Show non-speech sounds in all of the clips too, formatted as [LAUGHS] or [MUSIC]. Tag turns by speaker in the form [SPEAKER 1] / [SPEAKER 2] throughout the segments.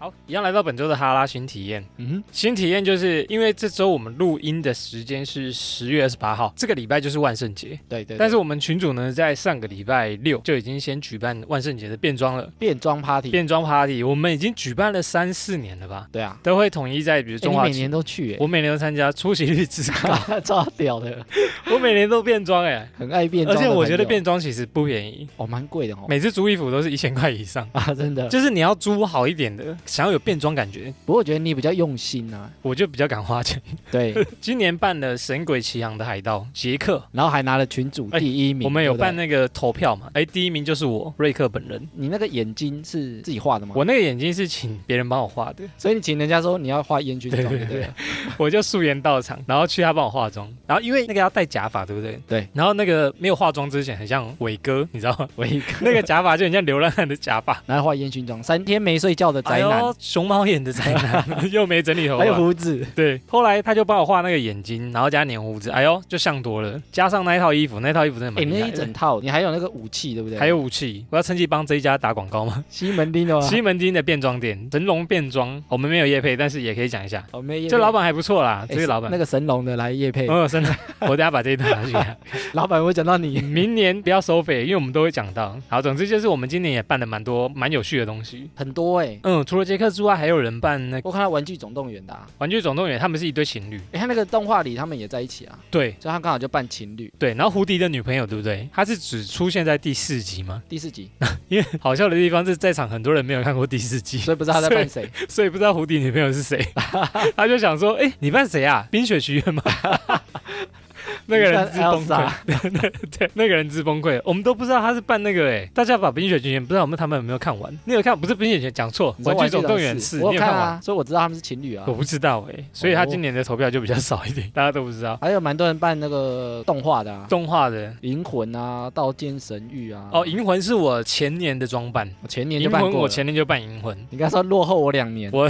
[SPEAKER 1] 好，一样来到本周的哈拉新体验。
[SPEAKER 2] 嗯
[SPEAKER 1] 新体验就是因为这周我们录音的时间是十月二十八号，这个礼拜就是万圣节
[SPEAKER 2] 哼，。对对
[SPEAKER 1] 但是我们群主呢，在上个礼拜六就已经先举办万圣节的变装了，
[SPEAKER 2] 变装 party，
[SPEAKER 1] 变装 party，我们已经举办了三四年了吧，
[SPEAKER 2] 对啊，
[SPEAKER 1] 都会统一在比如
[SPEAKER 2] 欸
[SPEAKER 1] 中
[SPEAKER 2] 你
[SPEAKER 1] 华
[SPEAKER 2] 每
[SPEAKER 1] 区。
[SPEAKER 2] 年都去欸，
[SPEAKER 1] 我每年都参加，出席率之高， [LAUGHS]
[SPEAKER 2] [LAUGHS] 超屌的，
[SPEAKER 1] 我每年都变装哎、
[SPEAKER 2] 很爱变
[SPEAKER 1] 而
[SPEAKER 2] 装的朋
[SPEAKER 1] 且
[SPEAKER 2] 友。
[SPEAKER 1] 我觉得变装其实不便宜，
[SPEAKER 2] 哦蛮贵的哦，
[SPEAKER 1] 每次租衣服都是一千块以上，
[SPEAKER 2] [LAUGHS] 啊真的。
[SPEAKER 1] 就是你要租好一点的，想要有变装感觉，
[SPEAKER 2] 不过我觉得你比较用心啊，
[SPEAKER 1] 我就比较敢花钱。 [LAUGHS]
[SPEAKER 2] 对，
[SPEAKER 1] 今年办了《神鬼奇航》的海盗杰克，
[SPEAKER 2] 然后还拿了群主
[SPEAKER 1] 哎
[SPEAKER 2] 第一名。
[SPEAKER 1] 我们有
[SPEAKER 2] 对不对
[SPEAKER 1] 办那个投票嘛？哎，第一名就是我瑞克本人，
[SPEAKER 2] 你那个眼睛是自己画的吗？
[SPEAKER 1] 我那个眼睛是请别人帮我画的，
[SPEAKER 2] 所以你请人家说你要画烟熏妆，
[SPEAKER 1] 对对
[SPEAKER 2] 对不对？
[SPEAKER 1] [LAUGHS] 我就素颜到场，然后去他帮我化妆，然后因为那个要戴假发，对不对？
[SPEAKER 2] 对。
[SPEAKER 1] 然后那个没有化妆之前很像伟哥，你知道吗？
[SPEAKER 2] 我一个，
[SPEAKER 1] 那个假发就很像流浪汉的假发，
[SPEAKER 2] 然后画烟熏妆，三天没睡觉的 [LAUGHS] 宅
[SPEAKER 1] 哎呦
[SPEAKER 2] 男，，哎
[SPEAKER 1] 熊猫眼的宅
[SPEAKER 2] [LAUGHS]
[SPEAKER 1] 男，又没整理头
[SPEAKER 2] 还有
[SPEAKER 1] 发。
[SPEAKER 2] 胡子，
[SPEAKER 1] 对，后来他就帮我画那个眼睛，然后加粘胡子，哎呦，就像多了。加上那一套衣服，那套衣服真的蛮
[SPEAKER 2] 哎，
[SPEAKER 1] 厉
[SPEAKER 2] 那
[SPEAKER 1] 害
[SPEAKER 2] 一
[SPEAKER 1] 的。
[SPEAKER 2] 整套，你还有那个武器，对不对？
[SPEAKER 1] 还有武器，我要趁机帮这一家打广告吗？
[SPEAKER 2] 西门町的吗？
[SPEAKER 1] 西门町的变装店，神龙变装，我们没有业配，但是也可以讲一下，
[SPEAKER 2] 哦，没业
[SPEAKER 1] 这
[SPEAKER 2] 配
[SPEAKER 1] 老板还不错啦，
[SPEAKER 2] 哎
[SPEAKER 1] 这个老
[SPEAKER 2] 那
[SPEAKER 1] 板。
[SPEAKER 2] 个神龙的来夜配，
[SPEAKER 1] 哦，真 [LAUGHS] 的，我等下把这一段拿去给他。 [LAUGHS]
[SPEAKER 2] 老板我讲到你，
[SPEAKER 1] 明年不要收费，因为我们都会讲到。好，总之就是我们今年也办了蛮多蛮有趣的东西。
[SPEAKER 2] 很多哎，
[SPEAKER 1] 嗯，除了杰克之外，还有人办那个《
[SPEAKER 2] 我看到《玩具总动员》的啊，
[SPEAKER 1] 玩具总动员》，他们是一对情侣。
[SPEAKER 2] 哎，他那个动画里他们也在一起啊，
[SPEAKER 1] 对
[SPEAKER 2] 所以他刚好就扮情侣。
[SPEAKER 1] 对，然后胡迪的女朋友，对不对？她是只出现在第四集吗？
[SPEAKER 2] 第四集，
[SPEAKER 1] 因为好笑的地方是在场很多人没有看过第四集，
[SPEAKER 2] 所以不知道他在
[SPEAKER 1] 所以 [LAUGHS]
[SPEAKER 2] 扮谁，
[SPEAKER 1] 所以不知道胡迪女朋友是
[SPEAKER 2] [LAUGHS]
[SPEAKER 1] 谁，他就想说，哎、你扮谁啊？冰雪奇缘吗？ [LAUGHS] 那个人自崩
[SPEAKER 2] 你扮
[SPEAKER 1] 溃
[SPEAKER 2] Elsa，
[SPEAKER 1] [LAUGHS] 对，那个人自崩溃，我们都不知道他是扮那个哎、大家把《冰雪奇缘》不知道有没有他们有没有看完？你有看？不是《冰雪奇缘》，讲错，
[SPEAKER 2] 你
[SPEAKER 1] 《
[SPEAKER 2] 说
[SPEAKER 1] 玩具总动员
[SPEAKER 2] 玩具
[SPEAKER 1] 四》
[SPEAKER 2] 我
[SPEAKER 1] 你
[SPEAKER 2] 有
[SPEAKER 1] 有
[SPEAKER 2] 看
[SPEAKER 1] 看完？
[SPEAKER 2] 啊，所以我知道他们是情侣啊
[SPEAKER 1] 我。不知道哎、所以他今年的投票就比较少一点，大家都不知道。
[SPEAKER 2] 还有蛮多人扮那个动画的啊，
[SPEAKER 1] 动画的
[SPEAKER 2] 银魂啊，刀剑神域啊。
[SPEAKER 1] 哦，《银魂》是我前年的装扮，
[SPEAKER 2] 我前年就
[SPEAKER 1] 银
[SPEAKER 2] 扮
[SPEAKER 1] 魂
[SPEAKER 2] 过
[SPEAKER 1] 我
[SPEAKER 2] 了。
[SPEAKER 1] 前年就扮银魂，
[SPEAKER 2] 你刚才说落后我两年，
[SPEAKER 1] 我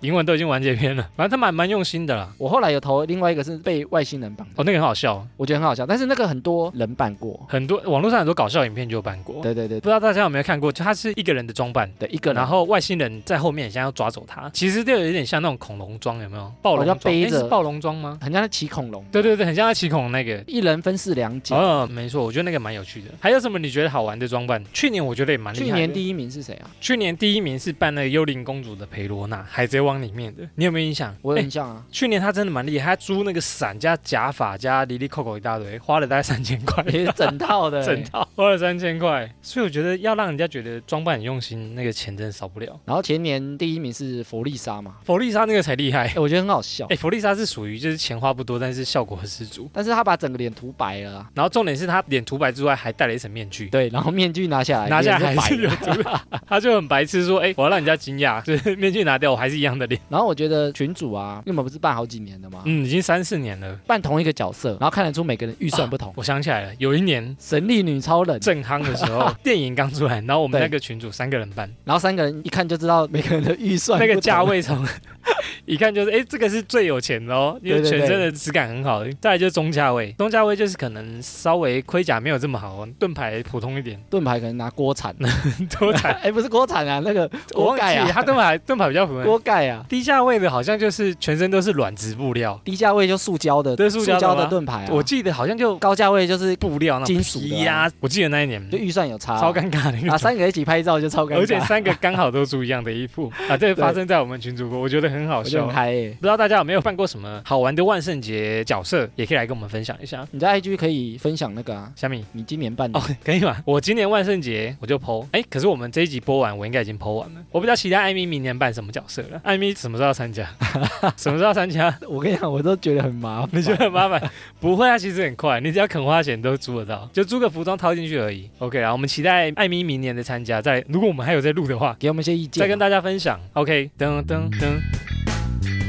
[SPEAKER 1] 银魂都已经完结篇了，反正他蛮蛮用心的啦。
[SPEAKER 2] 我后来有投另外一个是被外星人绑的，
[SPEAKER 1] 哦，那个很好笑，
[SPEAKER 2] 我觉得很好笑，但是那个很多人扮过。
[SPEAKER 1] 很多网络上很多搞笑影片就有办过，不
[SPEAKER 2] 对对对
[SPEAKER 1] 知道大家有没有看过？就它是一个人的装扮，
[SPEAKER 2] 对，一个人
[SPEAKER 1] 然后外星人在后面想要抓走他，其实就有点像那种恐龙装，有没有？暴龙
[SPEAKER 2] 好
[SPEAKER 1] 装
[SPEAKER 2] 像背
[SPEAKER 1] 诶
[SPEAKER 2] 着
[SPEAKER 1] 是暴龙装吗？
[SPEAKER 2] 很像在骑恐龙，
[SPEAKER 1] 对对对，很像他骑恐龙那个。
[SPEAKER 2] 一人分饰两角。
[SPEAKER 1] 哦，没错，我觉得那个蛮有趣的。还有什么你觉得好玩的装扮？去年我觉得也蛮厉害
[SPEAKER 2] 去
[SPEAKER 1] 的。
[SPEAKER 2] 年第一名是谁啊？
[SPEAKER 1] 去年第一名是扮那个幽灵公主的裴罗娜，《海贼王》里面的，你有没有印象？
[SPEAKER 2] 我有
[SPEAKER 1] 诶
[SPEAKER 2] 印象啊，
[SPEAKER 1] 去年他真的蛮厉害，他租那个伞加假发加里里扣扣一大堆，花了大概三千块。
[SPEAKER 2] 也是整
[SPEAKER 1] [LAUGHS]
[SPEAKER 2] 套的。欸
[SPEAKER 1] 整套花了三千块，所以我觉得要让人家觉得装扮很用心，那个钱真的少不了。
[SPEAKER 2] 然后前年第一名是佛利莎嘛，
[SPEAKER 1] 佛利莎那个才厉害 [LAUGHS]
[SPEAKER 2] 哎、，我觉得很好笑
[SPEAKER 1] 哎、，佛利莎是属于就是钱花不多，但是效果很十足。
[SPEAKER 2] 但是他把整个脸涂白了啊、
[SPEAKER 1] 然后重点是她脸涂白之外，还戴了一层面具，
[SPEAKER 2] 对，然后面具拿下来，
[SPEAKER 1] 拿下来
[SPEAKER 2] 脸是
[SPEAKER 1] 还
[SPEAKER 2] 白
[SPEAKER 1] 是有 [LAUGHS]
[SPEAKER 2] 的。
[SPEAKER 1] 涂白，她就很白痴说，哎、我要让人家惊 [LAUGHS] 讶，就是面具拿掉，我还是一样的脸。
[SPEAKER 2] 然后我觉得群主啊，因为我们不是办好几年的嘛，
[SPEAKER 1] 嗯，已经三四年了。
[SPEAKER 2] 扮同一个角色，然后看得出每个人预算不同。
[SPEAKER 1] 我想起来了，有一年
[SPEAKER 2] 神力女超人，
[SPEAKER 1] 正夯的时候， [LAUGHS] 电影刚出来，然后我们
[SPEAKER 2] 对
[SPEAKER 1] 那个群主三个人办，
[SPEAKER 2] 然后三个人一看就知道每个人的预算
[SPEAKER 1] 那个
[SPEAKER 2] 不同
[SPEAKER 1] 价。位从 [LAUGHS] 一看就是，哎、这个是最有钱的哦，因为
[SPEAKER 2] 对对
[SPEAKER 1] 全
[SPEAKER 2] 对
[SPEAKER 1] 身的质感很好。再来就是中价位，中价位就是可能稍微盔甲没有这么好哦，盾牌普通一点， [LAUGHS]
[SPEAKER 2] 盾牌可能拿锅铲，
[SPEAKER 1] 多
[SPEAKER 2] [LAUGHS]
[SPEAKER 1] 彩。
[SPEAKER 2] 哎，不是锅铲啊，那个
[SPEAKER 1] 我
[SPEAKER 2] 锅
[SPEAKER 1] 忘
[SPEAKER 2] 盖
[SPEAKER 1] 记
[SPEAKER 2] 啊，
[SPEAKER 1] 他盾牌盾牌比较普
[SPEAKER 2] [LAUGHS]
[SPEAKER 1] 通。
[SPEAKER 2] 锅盖啊，
[SPEAKER 1] 低价位的好像就是全身都是软质布料，
[SPEAKER 2] 低价位就塑胶的，
[SPEAKER 1] 对塑胶的吗
[SPEAKER 2] 的盾牌啊，
[SPEAKER 1] 我记得好像就 [LAUGHS]
[SPEAKER 2] 高价位就是
[SPEAKER 1] 布料那种
[SPEAKER 2] 金属的啊
[SPEAKER 1] 皮呀、我记得那一年
[SPEAKER 2] 就预算有差
[SPEAKER 1] [LAUGHS]
[SPEAKER 2] 啊，
[SPEAKER 1] 超尴尬的那
[SPEAKER 2] 啊，
[SPEAKER 1] 个
[SPEAKER 2] 三个一起拍照就超尴尬，
[SPEAKER 1] 而且三个刚好啊都租一样的衣服啊，这发生在我们群主播，我觉得很好
[SPEAKER 2] 我就
[SPEAKER 1] 笑
[SPEAKER 2] 很。嗨欸。
[SPEAKER 1] 不知道大家有没有扮过什么好玩的万圣节角色，也可以来跟我们分享一下。
[SPEAKER 2] 你在 IG 可以分享那个啊，
[SPEAKER 1] 小米
[SPEAKER 2] 你今年办的
[SPEAKER 1] 哦，可以吗？我今年万圣节我就剖，哎，可是我们这一集播完，我应该已经剖完了。我比较期待艾米明年扮什么角色了。艾米什么时候要参 [LAUGHS] 加？什么时候要参加？ [LAUGHS]
[SPEAKER 2] 我跟你讲，我都觉得很麻烦
[SPEAKER 1] 你。 [LAUGHS] 觉得很麻烦？不会啊，其实很快，你只要肯花钱都租得到，就租个服装套进去而已。OK 啊，我们期待艾米明年的参加。再，如果我们还有在录的话，
[SPEAKER 2] 给我们一些意见啊，
[SPEAKER 1] 再跟大家分享。OK，噔噔噔。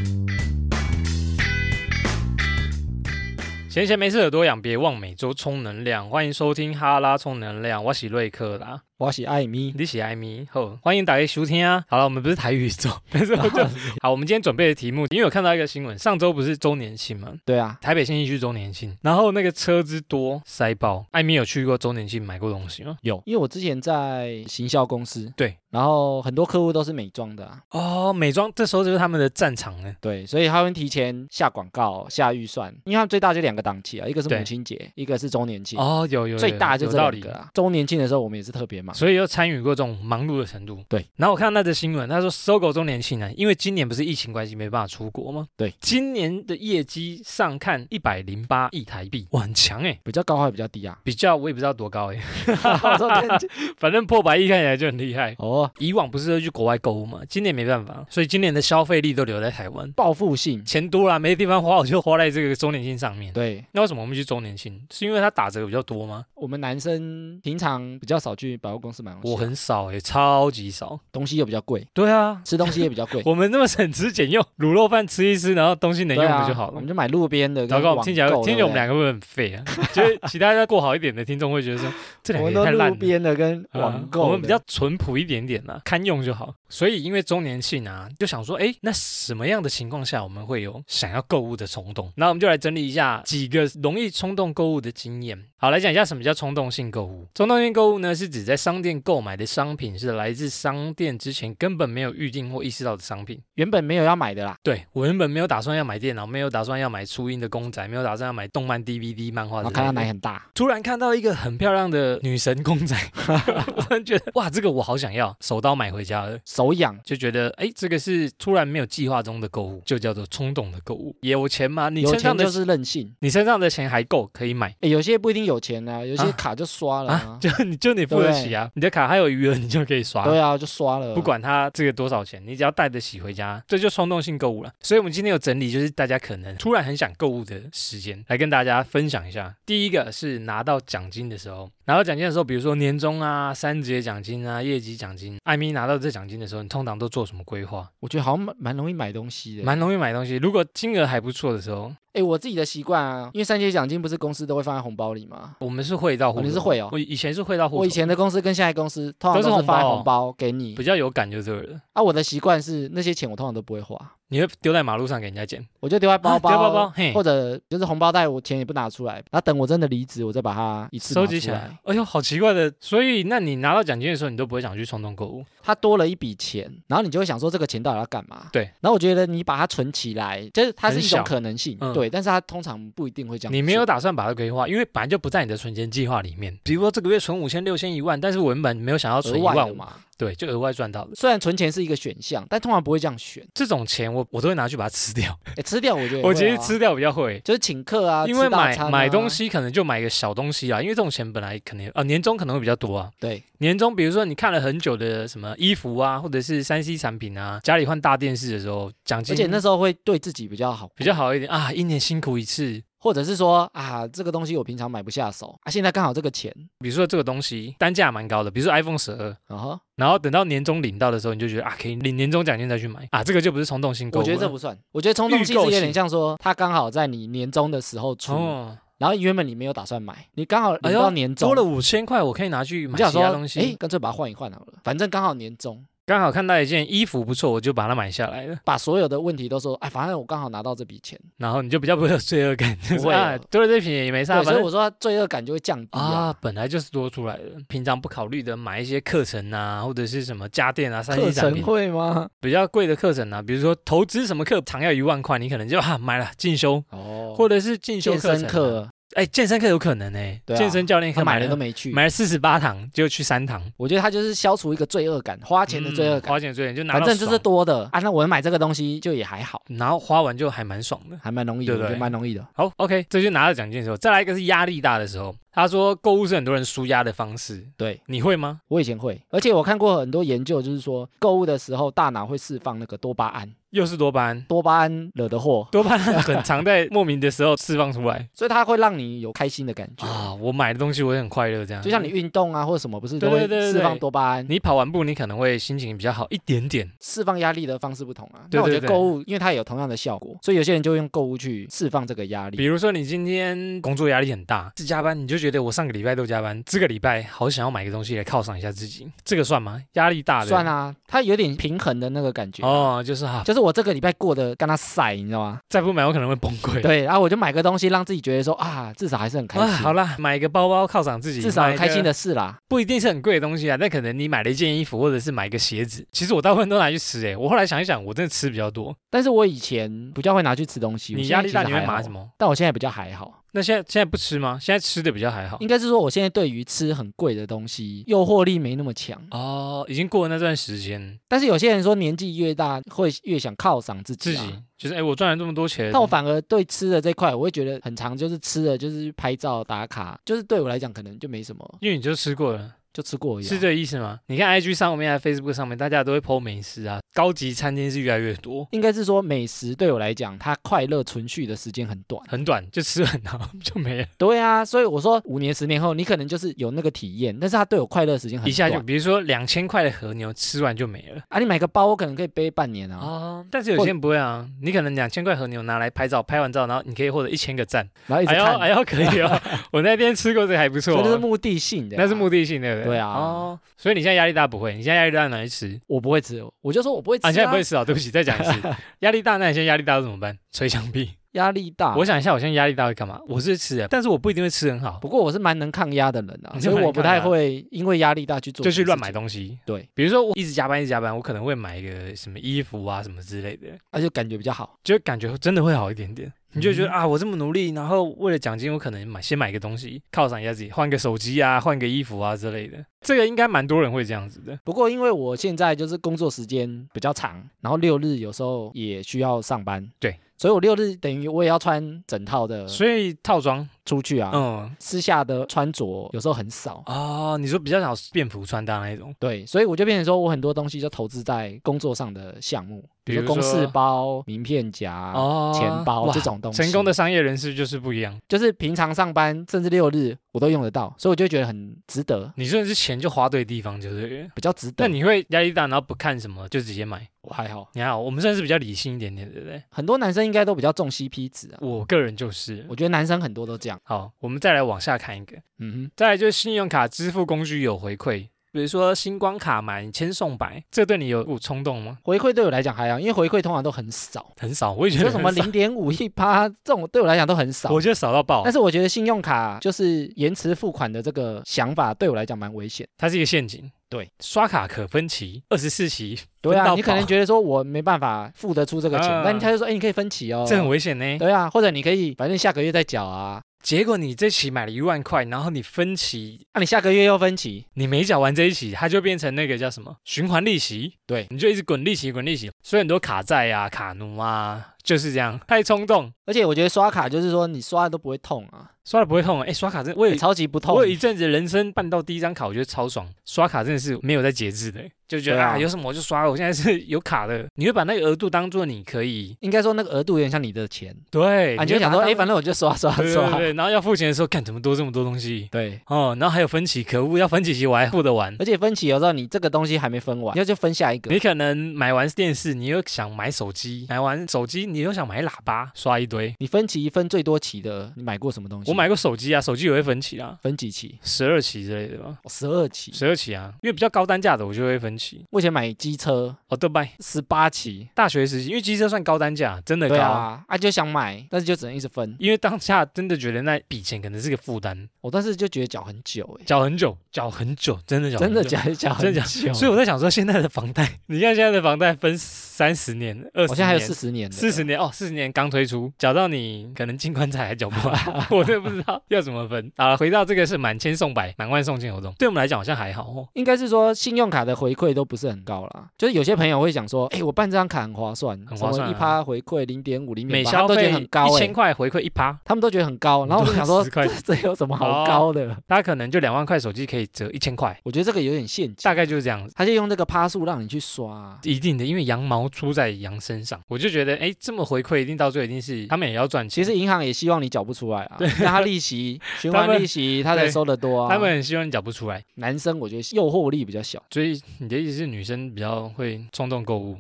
[SPEAKER 1] 闲闲没事，耳朵痒，别忘每周充能量。欢迎收听哈拉充能量，我是瑞克啦。
[SPEAKER 2] 我是艾米，
[SPEAKER 1] 你喜爱咪？好，欢迎打给收听啊！好了，我们不是台语 [LAUGHS] 周，但是我
[SPEAKER 2] [LAUGHS]
[SPEAKER 1] 就好，我们今天准备的题目，因为我看到一个新闻，上周不是周年庆吗？
[SPEAKER 2] 对啊，
[SPEAKER 1] 台北新一区周年庆，然后那个车之多塞爆。艾米有去过周年庆买过东西吗？有
[SPEAKER 2] 因为我之前在行销公司，
[SPEAKER 1] 对，
[SPEAKER 2] 然后很多客户都是美妆的、啊，
[SPEAKER 1] 哦，美妆这时候就是他们的战场呢。
[SPEAKER 2] 对，所以他们提前下广告、下预算，因为他们最大就两个档期啊，一个是
[SPEAKER 1] 对
[SPEAKER 2] 母亲节，一个是周年庆，
[SPEAKER 1] 哦，有有有
[SPEAKER 2] 最大就
[SPEAKER 1] 有
[SPEAKER 2] 这
[SPEAKER 1] 道
[SPEAKER 2] 两
[SPEAKER 1] 理
[SPEAKER 2] 个啊。周年庆的时候我们也是特别忙，
[SPEAKER 1] 所以又参与过这种忙碌的程度。
[SPEAKER 2] 对，
[SPEAKER 1] 然后我看到那则新闻，他说搜狗周年庆呢，因为今年不是疫情关系没办法出国吗？
[SPEAKER 2] 对，
[SPEAKER 1] 今年的业绩上看一百零八亿台币，哇，很强哎。？
[SPEAKER 2] 比较高还比较低啊
[SPEAKER 1] [LAUGHS]
[SPEAKER 2] [LAUGHS]
[SPEAKER 1] 比较我也不知道多高哎，
[SPEAKER 2] 我说真的
[SPEAKER 1] [LAUGHS] 反正破百亿看起来就很厉害。
[SPEAKER 2] 哦，
[SPEAKER 1] 以往不是都去国外购物嘛，今年没办法，所以今年的消费力都留在台湾。
[SPEAKER 2] 报复性，
[SPEAKER 1] 钱多啦，没地方花，我就花在这个周年庆上面。
[SPEAKER 2] 对啊
[SPEAKER 1] 那为什么我们去周年庆？是因为它打折比较多吗？
[SPEAKER 2] 我们男生平常比较少去百货公司买东西啊，
[SPEAKER 1] 我很少诶、欸超级少。
[SPEAKER 2] 东西又比较贵，
[SPEAKER 1] 对啊，
[SPEAKER 2] 吃东西也比较贵
[SPEAKER 1] [LAUGHS] ，我们那么省吃俭用，卤肉饭吃一吃，然后东西能
[SPEAKER 2] 对
[SPEAKER 1] 用
[SPEAKER 2] 啊
[SPEAKER 1] 的就好
[SPEAKER 2] 我
[SPEAKER 1] 了
[SPEAKER 2] 们。就买路边的
[SPEAKER 1] 糟
[SPEAKER 2] 跟
[SPEAKER 1] 糕，我们
[SPEAKER 2] 网购，
[SPEAKER 1] 听起来听起来我们
[SPEAKER 2] 对
[SPEAKER 1] 两个会不会很废啊？ [LAUGHS] 觉得其他要过好一点的听众会觉得说，这两
[SPEAKER 2] 不
[SPEAKER 1] 个
[SPEAKER 2] 对
[SPEAKER 1] 也太
[SPEAKER 2] 我们
[SPEAKER 1] 烂 [LAUGHS]
[SPEAKER 2] 都路
[SPEAKER 1] 了。
[SPEAKER 2] 边的跟
[SPEAKER 1] 啊
[SPEAKER 2] 网购的，
[SPEAKER 1] 我们比较淳朴一点点啦，堪用就好。所以因为周年庆啊，就想说，哎，那什么样的情况下我们会有想要购物的冲动？那我们就来整理一下几个容易冲动购物的经验。好，来讲一下什么叫冲动性购物。冲动性购物呢，是指在商店购买的商品是来自商店之前根本没有预定或意识到的商品。
[SPEAKER 2] 原本没有要买的啦，
[SPEAKER 1] 对我原本没有打算要买电脑，没有打算要买初音的公仔，没有打算要买动漫 DVD、漫画
[SPEAKER 2] 然
[SPEAKER 1] 之
[SPEAKER 2] 后
[SPEAKER 1] 类
[SPEAKER 2] 哦看到
[SPEAKER 1] 的
[SPEAKER 2] 奶很大，
[SPEAKER 1] 突然看到一个很漂亮的女神公
[SPEAKER 2] [LAUGHS]
[SPEAKER 1] 仔，我突然觉得哇，这个我好想要，手刀买回家了。
[SPEAKER 2] 手痒，
[SPEAKER 1] 就觉得哎，这个是突然没有计划中的购物，就叫做冲动的购物。有钱吗？你
[SPEAKER 2] 有
[SPEAKER 1] 身上
[SPEAKER 2] 钱
[SPEAKER 1] 的
[SPEAKER 2] 就是任性。
[SPEAKER 1] 你身上的钱还够可以买
[SPEAKER 2] 哎，有些不一定有钱啊，有
[SPEAKER 1] 啊
[SPEAKER 2] 些卡就刷了
[SPEAKER 1] 啊
[SPEAKER 2] 啊，，
[SPEAKER 1] 就你就你付得起啊，你的卡还有余额，你就可以刷。
[SPEAKER 2] 对啊，就刷了，
[SPEAKER 1] 不管它这个多少钱，你只要带得起回家，这就冲动性购物了。所以，我们今天有整理，就是大家可能突然很想购物的时间，来跟大家分享一下。第一个是拿到奖金的时候，拿到奖金的时候，比如说年终啊、三节奖金啊、业绩奖金，艾米拿到这奖金的时候，你通常都做什么规划？
[SPEAKER 2] 我觉得好像蛮蛮容易买东西的。
[SPEAKER 1] 蛮容易买东西，如果金额还不错的时候，
[SPEAKER 2] 哎，我自己的习惯啊，因为三节奖金不是公司都会放在红包里吗？
[SPEAKER 1] 我们是汇到户
[SPEAKER 2] 哦
[SPEAKER 1] 头，
[SPEAKER 2] 你是会哦
[SPEAKER 1] 我以前是汇到户头，
[SPEAKER 2] 我以前的公司跟现在公司通常
[SPEAKER 1] 都是
[SPEAKER 2] 都是
[SPEAKER 1] 红包
[SPEAKER 2] 发
[SPEAKER 1] 哦
[SPEAKER 2] 红包给你
[SPEAKER 1] 比较有感就对了，
[SPEAKER 2] 啊。我的习惯是那些钱我通常都不会花，
[SPEAKER 1] 你会丢在马路上给人家捡，
[SPEAKER 2] 我就丢在包包，
[SPEAKER 1] 啊丢包包嘿
[SPEAKER 2] 或者就是红包袋，我钱也不拿出来，然后等我真的离职，我再把它一次拿
[SPEAKER 1] 收集
[SPEAKER 2] 出
[SPEAKER 1] 起
[SPEAKER 2] 来
[SPEAKER 1] 来。。哎呦，好奇怪的，所以那你拿到奖金的时候，你都不会想去冲动购物。
[SPEAKER 2] 它多了一笔钱，然后你就会想说这个钱到底要干嘛？
[SPEAKER 1] 对
[SPEAKER 2] 然后我觉得你把它存起来，就是它是一
[SPEAKER 1] 很小
[SPEAKER 2] 种可能性，
[SPEAKER 1] 嗯
[SPEAKER 2] 对，但是它通常不一定会这样做。
[SPEAKER 1] 你没有打算把它规划，因为本来就不在你的存钱计划里面。比如说这个月存五千、六千、一万，但是我原本没有想要存
[SPEAKER 2] 额
[SPEAKER 1] 一
[SPEAKER 2] 外的
[SPEAKER 1] 万五，
[SPEAKER 2] 嘛？
[SPEAKER 1] 对，就额外赚到的。
[SPEAKER 2] 虽然存钱是一个选项，但通常不会这样选。
[SPEAKER 1] 这种钱我 [LAUGHS] 我都会拿去把它吃 [LAUGHS] 掉，
[SPEAKER 2] 哎，吃掉我觉得也会啊
[SPEAKER 1] 我其实吃掉比较会。
[SPEAKER 2] 就是请客啊，
[SPEAKER 1] 因为
[SPEAKER 2] 吃大
[SPEAKER 1] 买、
[SPEAKER 2] 餐啊
[SPEAKER 1] 买东西可能就买个小东西啊，因为这种钱本来可能啊年终可能会比较多啊，
[SPEAKER 2] 对。
[SPEAKER 1] 年终，比如说你看了很久的什么衣服啊，或者是三 C 产品啊，家里换大电视的时候，奖金
[SPEAKER 2] 而且那时候会对自己比较好，
[SPEAKER 1] 比较，好一点啊，一年辛苦一次。
[SPEAKER 2] 或者是说啊，这个东西我平常买不下手啊，现在刚好这个钱，
[SPEAKER 1] 比如说这个东西单价蛮高的，比如说 iPhone 十二，
[SPEAKER 2] 然后
[SPEAKER 1] 然后等到年终领到的时候，你就觉得啊，可以领年终奖金再去买啊，这个就不是冲动性购物
[SPEAKER 2] 我
[SPEAKER 1] 了。
[SPEAKER 2] 觉得这不算，我觉得冲动性
[SPEAKER 1] 预购
[SPEAKER 2] 是
[SPEAKER 1] 性
[SPEAKER 2] 有点像说，它刚好在你年终的时候出，
[SPEAKER 1] 哦，
[SPEAKER 2] 然后原本你没有打算买，你刚好
[SPEAKER 1] 哎
[SPEAKER 2] 领
[SPEAKER 1] 呦
[SPEAKER 2] 到年终
[SPEAKER 1] 多了，五千块，我可以拿去
[SPEAKER 2] 你
[SPEAKER 1] 买
[SPEAKER 2] 就想
[SPEAKER 1] 其
[SPEAKER 2] 说
[SPEAKER 1] 他东，
[SPEAKER 2] 哎
[SPEAKER 1] 西。，
[SPEAKER 2] 干脆把它换一换好了，反正刚好年终，
[SPEAKER 1] 刚好看到一件衣服不错，我就把它买下来了，
[SPEAKER 2] 把所有的问题都说，哎，反正我刚好拿到这笔钱，
[SPEAKER 1] 然后你就比较不会有罪恶感，就是
[SPEAKER 2] [LAUGHS] 不会
[SPEAKER 1] 啊，
[SPEAKER 2] 有
[SPEAKER 1] 多了这瓶也没啥，
[SPEAKER 2] 对，
[SPEAKER 1] 啊反
[SPEAKER 2] 所以
[SPEAKER 1] 正
[SPEAKER 2] 我说罪恶感就会降低
[SPEAKER 1] 啊，
[SPEAKER 2] 啊。
[SPEAKER 1] 本来就是多出来的，平常不考虑的买一些课程啊，或者是什么家电啊、三 C
[SPEAKER 2] 课
[SPEAKER 1] 产
[SPEAKER 2] 程
[SPEAKER 1] 品
[SPEAKER 2] 会吗？
[SPEAKER 1] 比较贵的课程啊，比如说投资什么课，常要一万块，你可能就啊买了进修，
[SPEAKER 2] 哦，
[SPEAKER 1] 或者是进修
[SPEAKER 2] 健
[SPEAKER 1] 课
[SPEAKER 2] 身
[SPEAKER 1] 程、，
[SPEAKER 2] 课，
[SPEAKER 1] 哎，健身课有可能哎、
[SPEAKER 2] 对啊
[SPEAKER 1] 健身教练课
[SPEAKER 2] 他买
[SPEAKER 1] 了
[SPEAKER 2] 了都没去，
[SPEAKER 1] 买了四十八堂，就去三堂，
[SPEAKER 2] 我觉得他就是消除一个罪恶感，花钱的罪恶
[SPEAKER 1] 嗯
[SPEAKER 2] 感，
[SPEAKER 1] 花钱的罪恶感就拿到
[SPEAKER 2] 反正就是
[SPEAKER 1] 爽，
[SPEAKER 2] 多的啊。那我买这个东西就也还好，
[SPEAKER 1] 然后花完就还蛮爽的。
[SPEAKER 2] 还蛮容易的，
[SPEAKER 1] 对
[SPEAKER 2] 我
[SPEAKER 1] 对
[SPEAKER 2] 觉得蛮容易的。
[SPEAKER 1] 好，OK，这就拿到奖金的时候，再来一个是压力大的时候。他说购物是很多人舒压的方式，
[SPEAKER 2] 对
[SPEAKER 1] 你会吗？
[SPEAKER 2] 我以前会，而且我看过很多研究，就是说购物的时候大脑会释放那个多巴胺，
[SPEAKER 1] 又是多巴胺，
[SPEAKER 2] 多巴胺惹的祸，
[SPEAKER 1] 多巴胺
[SPEAKER 2] [LAUGHS]
[SPEAKER 1] 很常在莫名的时候释放出来。
[SPEAKER 2] 所以它会让你有开心的感觉。
[SPEAKER 1] 啊，我买的东西我也很快乐，这样。
[SPEAKER 2] 就像你，运动啊或者什么，不是
[SPEAKER 1] 对
[SPEAKER 2] 都
[SPEAKER 1] 对
[SPEAKER 2] 会
[SPEAKER 1] 对对
[SPEAKER 2] 释放
[SPEAKER 1] 对
[SPEAKER 2] 多巴胺？
[SPEAKER 1] 你跑完步，你可能会心情比较好一点点。
[SPEAKER 2] 释放压力的方式不同啊。
[SPEAKER 1] 对
[SPEAKER 2] 那我
[SPEAKER 1] 对
[SPEAKER 2] 觉得
[SPEAKER 1] 对
[SPEAKER 2] 购物，因为它也有同样的效果，所以有些人就会用购物去释放这个压
[SPEAKER 1] 比
[SPEAKER 2] 力。
[SPEAKER 1] 如说，你今天工作压力很大，是加班，你就觉觉得我上个礼拜都加班，这个礼拜好想要买个东西来犒赏一下自己，这个算吗？压力大的
[SPEAKER 2] 算啊，它有点平衡的那个感觉。
[SPEAKER 1] 哦，就是哈、啊，
[SPEAKER 2] 就是我这个礼拜过得跟他晒，你知道吗？
[SPEAKER 1] 再不买我可能会崩溃。
[SPEAKER 2] 对，然后我就买个东西，让自己觉得说啊，至少还是很开
[SPEAKER 1] 啊，
[SPEAKER 2] 心，
[SPEAKER 1] 好啦，买个包包犒赏自己，
[SPEAKER 2] 至少
[SPEAKER 1] 买
[SPEAKER 2] 有
[SPEAKER 1] 一
[SPEAKER 2] 开
[SPEAKER 1] 个
[SPEAKER 2] 心的事啦。
[SPEAKER 1] 不一定是很贵的东西啊，但可能你买了一件衣服，或者是买一个鞋
[SPEAKER 2] 嗯
[SPEAKER 1] 子，其实我大部分都拿去吃、欸。我后来想一想，我真的吃比较多。
[SPEAKER 2] 但是我以前比较会拿去吃东西，我
[SPEAKER 1] 你
[SPEAKER 2] 现
[SPEAKER 1] 压
[SPEAKER 2] 在
[SPEAKER 1] 力
[SPEAKER 2] 其
[SPEAKER 1] 大，
[SPEAKER 2] 实
[SPEAKER 1] 你会
[SPEAKER 2] 还
[SPEAKER 1] 买
[SPEAKER 2] 好
[SPEAKER 1] 什？么？
[SPEAKER 2] 但我现在比较还好，
[SPEAKER 1] 那现在现在不吃吗？现在吃的比较还好。
[SPEAKER 2] 应该是说我现在对于吃很贵的东西诱惑力没那么强。
[SPEAKER 1] 哦，已经过了那段时间，
[SPEAKER 2] 但是有些人说年纪越大会越想犒赏自
[SPEAKER 1] 自
[SPEAKER 2] 己、啊，
[SPEAKER 1] 己就是哎、我赚了这么多钱，
[SPEAKER 2] 但我反而对吃的这块，我会觉得很长，就是吃的就是拍照打卡，就是对我来讲可能就没什么，
[SPEAKER 1] 因为你就吃过了，
[SPEAKER 2] 就吃过而已啊、
[SPEAKER 1] 是这个意思吗？你看 IG 上面、Facebook 上面，大家都会 PO 美食啊，高级餐厅是越来越多，
[SPEAKER 2] 应该是说美食对我来讲，它快乐存续的时间很短。
[SPEAKER 1] 很短就吃完然后就没了，
[SPEAKER 2] 对啊，所以我说五年、十年后，你可能就是有那个体验，但是它对我快乐的时间很短。
[SPEAKER 1] 一下就比如说两千块的和牛吃完就没了。
[SPEAKER 2] 啊，你买个包，我可能可以背半年啊，
[SPEAKER 1] 哦，但是有些人不会啊，你可能两千块和牛拿来拍照，拍完照然后你可以获得一千个赞，
[SPEAKER 2] 然后一直
[SPEAKER 1] 哎呦
[SPEAKER 2] 看，
[SPEAKER 1] 哎呦可以
[SPEAKER 2] [LAUGHS]
[SPEAKER 1] 哦，我那天吃过这个还不错
[SPEAKER 2] 所
[SPEAKER 1] 哦、
[SPEAKER 2] 以这是目的性的、
[SPEAKER 1] 那是目，的性对不对？
[SPEAKER 2] 对啊
[SPEAKER 1] 哦，所以你现在压力大不会，你现在压力大拿去吃
[SPEAKER 2] 我不会吃，我就说我不会吃、
[SPEAKER 1] 啊？
[SPEAKER 2] 啊。
[SPEAKER 1] 你现在不会吃哦，对不起，再讲一
[SPEAKER 2] [LAUGHS]
[SPEAKER 1] 次，压力大，那你现在压力大是怎么办？捶墙壁。
[SPEAKER 2] 压力大，
[SPEAKER 1] 我想一下，我现在压力大会干嘛？我是吃的，但是我不一定会吃很好，
[SPEAKER 2] 不过我是蛮能抗压的人啊，
[SPEAKER 1] 你是
[SPEAKER 2] 所以
[SPEAKER 1] 蛮能
[SPEAKER 2] 我不
[SPEAKER 1] 抗压
[SPEAKER 2] 太会因为压力大去做，
[SPEAKER 1] 就去乱买。东西。
[SPEAKER 2] 对，
[SPEAKER 1] 比如说我一直加班，一直加班，我可能会买一个什么衣服啊什么之类的，
[SPEAKER 2] 而且感觉比较好。
[SPEAKER 1] 就感觉真的会好一点点。你就觉得、
[SPEAKER 2] 嗯
[SPEAKER 1] 啊，我这么努力，然后为了奖金，我可能买先买个东西犒赏一下自己，换个手机啊，换个衣服啊之类的。这个应该蛮多人会这样子的。
[SPEAKER 2] 不过因为我现在就是工作时间比较长，然后六日有时候也需要上班，
[SPEAKER 1] 对，
[SPEAKER 2] 所以我六日等于我也要穿整套的
[SPEAKER 1] 所以套装，
[SPEAKER 2] 出去嗯啊，
[SPEAKER 1] 嗯，
[SPEAKER 2] 私下的穿着有时候很少。
[SPEAKER 1] 哦，你说比较少便服穿搭那一种，
[SPEAKER 2] 对，所以我就变成说我很多东西就投资在工作上的项目，
[SPEAKER 1] 比
[SPEAKER 2] 如
[SPEAKER 1] 如
[SPEAKER 2] 说公事
[SPEAKER 1] 说
[SPEAKER 2] 包、名片夹、
[SPEAKER 1] 哦，
[SPEAKER 2] 啊钱包
[SPEAKER 1] 哇
[SPEAKER 2] 这种东西。
[SPEAKER 1] 成功的商业人士就是不一样，
[SPEAKER 2] 就是平常上班甚至六日我都用得到，所以我就觉得很值得，
[SPEAKER 1] 你甚至钱就花对地方，就是了。
[SPEAKER 2] 比较值
[SPEAKER 1] 那
[SPEAKER 2] 得。
[SPEAKER 1] 你会压力大，然后不看什么就直接买？
[SPEAKER 2] 我还好，
[SPEAKER 1] 你好，我们算是比较理性一点点，对不对？
[SPEAKER 2] 很多男生应该都比较重 CP 值啊。
[SPEAKER 1] 我个人就是。
[SPEAKER 2] 我觉得男生很多都这样，
[SPEAKER 1] 好，我们再来往下看一个，
[SPEAKER 2] 嗯
[SPEAKER 1] 再来就是信用卡支付工具有回馈，比如说星光卡满千送百，这对你有有冲动吗
[SPEAKER 2] 哼，？回馈对我来讲还好，因为回馈通常都很少，
[SPEAKER 1] 很少，我也觉
[SPEAKER 2] 就
[SPEAKER 1] 得
[SPEAKER 2] 什么
[SPEAKER 1] 很少
[SPEAKER 2] 零点五一趴这种对我来讲都很少
[SPEAKER 1] 我。觉得少到爆
[SPEAKER 2] 但，是我觉得信用卡就是延迟付款的这个想法对我来讲蛮危险。
[SPEAKER 1] 它是一个陷阱。
[SPEAKER 2] 对，
[SPEAKER 1] 刷卡可分期，二十四期，
[SPEAKER 2] 对
[SPEAKER 1] 分到
[SPEAKER 2] 啊，你可能
[SPEAKER 1] 饱
[SPEAKER 2] 觉得说我没办法付得出这个钱，
[SPEAKER 1] 啊
[SPEAKER 2] 但他就说，哎，你可以分期哦。
[SPEAKER 1] 这很危险呢。
[SPEAKER 2] 对啊，或者你可以反正下个月再缴啊，
[SPEAKER 1] 结果你这期买了一万块，然后你分期，
[SPEAKER 2] 啊那、你下个月又分期，
[SPEAKER 1] 你没缴完这一期，它就变成那个叫什么循环利息。
[SPEAKER 2] 对
[SPEAKER 1] 你就一直滚利息，滚利息。所以很多卡债啊、卡奴啊，就是这样，太冲动，
[SPEAKER 2] 而且我觉得刷卡就是说你刷的都不会痛啊，
[SPEAKER 1] 刷了不会痛。哎，刷卡真的，我有
[SPEAKER 2] 也超级不痛
[SPEAKER 1] 我。有一阵子人生办到第一张卡，我觉得超爽。刷卡真的是没有在节制的，就觉得
[SPEAKER 2] 对啊
[SPEAKER 1] 啊有什么我就刷。我现在是有卡的，你会把那个额度当做你可以
[SPEAKER 2] 应该说那个额度有点像你的钱，
[SPEAKER 1] 对，
[SPEAKER 2] 啊，你就想说，哎，反
[SPEAKER 1] 正
[SPEAKER 2] 正我就刷刷 [LAUGHS]
[SPEAKER 1] 对对
[SPEAKER 2] 刷，
[SPEAKER 1] 对，然后要付钱的时候，看怎么多这么多东西
[SPEAKER 2] 对。
[SPEAKER 1] 哦，然后还有分期，可恶，要分期期我还付得完。
[SPEAKER 2] 而且分期有时候你这个东西还没分完，你要就分下一个，
[SPEAKER 1] 你可能买完电视，你又想买手机，买完手机你又想买喇叭，刷一堆。
[SPEAKER 2] 你分期分最多期的，你买过什么东西？
[SPEAKER 1] 我买过手机啊，手机也会分期啊，
[SPEAKER 2] 分几期？哦
[SPEAKER 1] 十二期之类的吧，
[SPEAKER 2] 十二期。
[SPEAKER 1] 十二期啊，因为比较高单价的我就会分期。
[SPEAKER 2] 我以前买机车
[SPEAKER 1] 哦，对拜，
[SPEAKER 2] 十八期，
[SPEAKER 1] 大学时期，因为机车算高单价，真的高。
[SPEAKER 2] 对啊，啊就想买，但是就只能一直分。
[SPEAKER 1] 因为当下真的觉得那笔钱可能是个负担，
[SPEAKER 2] 我但是就觉得缴很久哎、
[SPEAKER 1] 缴很久，缴很久，真的缴很
[SPEAKER 2] 真
[SPEAKER 1] 久，
[SPEAKER 2] 的缴缴很
[SPEAKER 1] 真的
[SPEAKER 2] 久，
[SPEAKER 1] [LAUGHS] 所以我在想说，现在的房贷， [LAUGHS] 你看现在的房贷分三十年、二
[SPEAKER 2] 我
[SPEAKER 1] 十，
[SPEAKER 2] 现在还有四十年的，
[SPEAKER 1] 四十年哦，四十年刚推出，缴到你可能进棺材还缴不
[SPEAKER 2] [LAUGHS]
[SPEAKER 1] 完，我真的不知道要怎么分。好了，回到这个是满千送百，满万送千活动，对我们来讲好像还好哦。
[SPEAKER 2] 应该是说信用卡的回馈都不是很高啦，就是有些朋友会想说，哎、我办这张卡很划算，
[SPEAKER 1] 很划算啊
[SPEAKER 2] 一趴回馈零点五零
[SPEAKER 1] 每
[SPEAKER 2] 点八，他
[SPEAKER 1] 消
[SPEAKER 2] 们都觉
[SPEAKER 1] 费
[SPEAKER 2] 得很高
[SPEAKER 1] 一
[SPEAKER 2] 哎、
[SPEAKER 1] 千块回馈一趴，
[SPEAKER 2] 他们都觉得很高，然后我就想说
[SPEAKER 1] 10块，
[SPEAKER 2] [LAUGHS]
[SPEAKER 1] 哦
[SPEAKER 2] 这有什么好高的？
[SPEAKER 1] 他可能就两万块手机可以折一千块，
[SPEAKER 2] 我觉得这个有点陷阱，
[SPEAKER 1] 大概就是这样子。
[SPEAKER 2] 他就用这个趴数让你去刷啊、
[SPEAKER 1] 一定的，因为羊毛出在羊身上，我就觉得，哎，这么回馈一定到最后一定是他们也要赚
[SPEAKER 2] 其
[SPEAKER 1] 钱。
[SPEAKER 2] 实银行也希望你缴不出来
[SPEAKER 1] [LAUGHS]
[SPEAKER 2] 啊，让他利息循
[SPEAKER 1] 他
[SPEAKER 2] 环
[SPEAKER 1] 们
[SPEAKER 2] 利息他才
[SPEAKER 1] 对
[SPEAKER 2] 收得多啊。
[SPEAKER 1] 他们很希望你缴不出来，
[SPEAKER 2] 男生我觉得诱惑力比较小，
[SPEAKER 1] 所以你的意思是女生比较会冲动购物，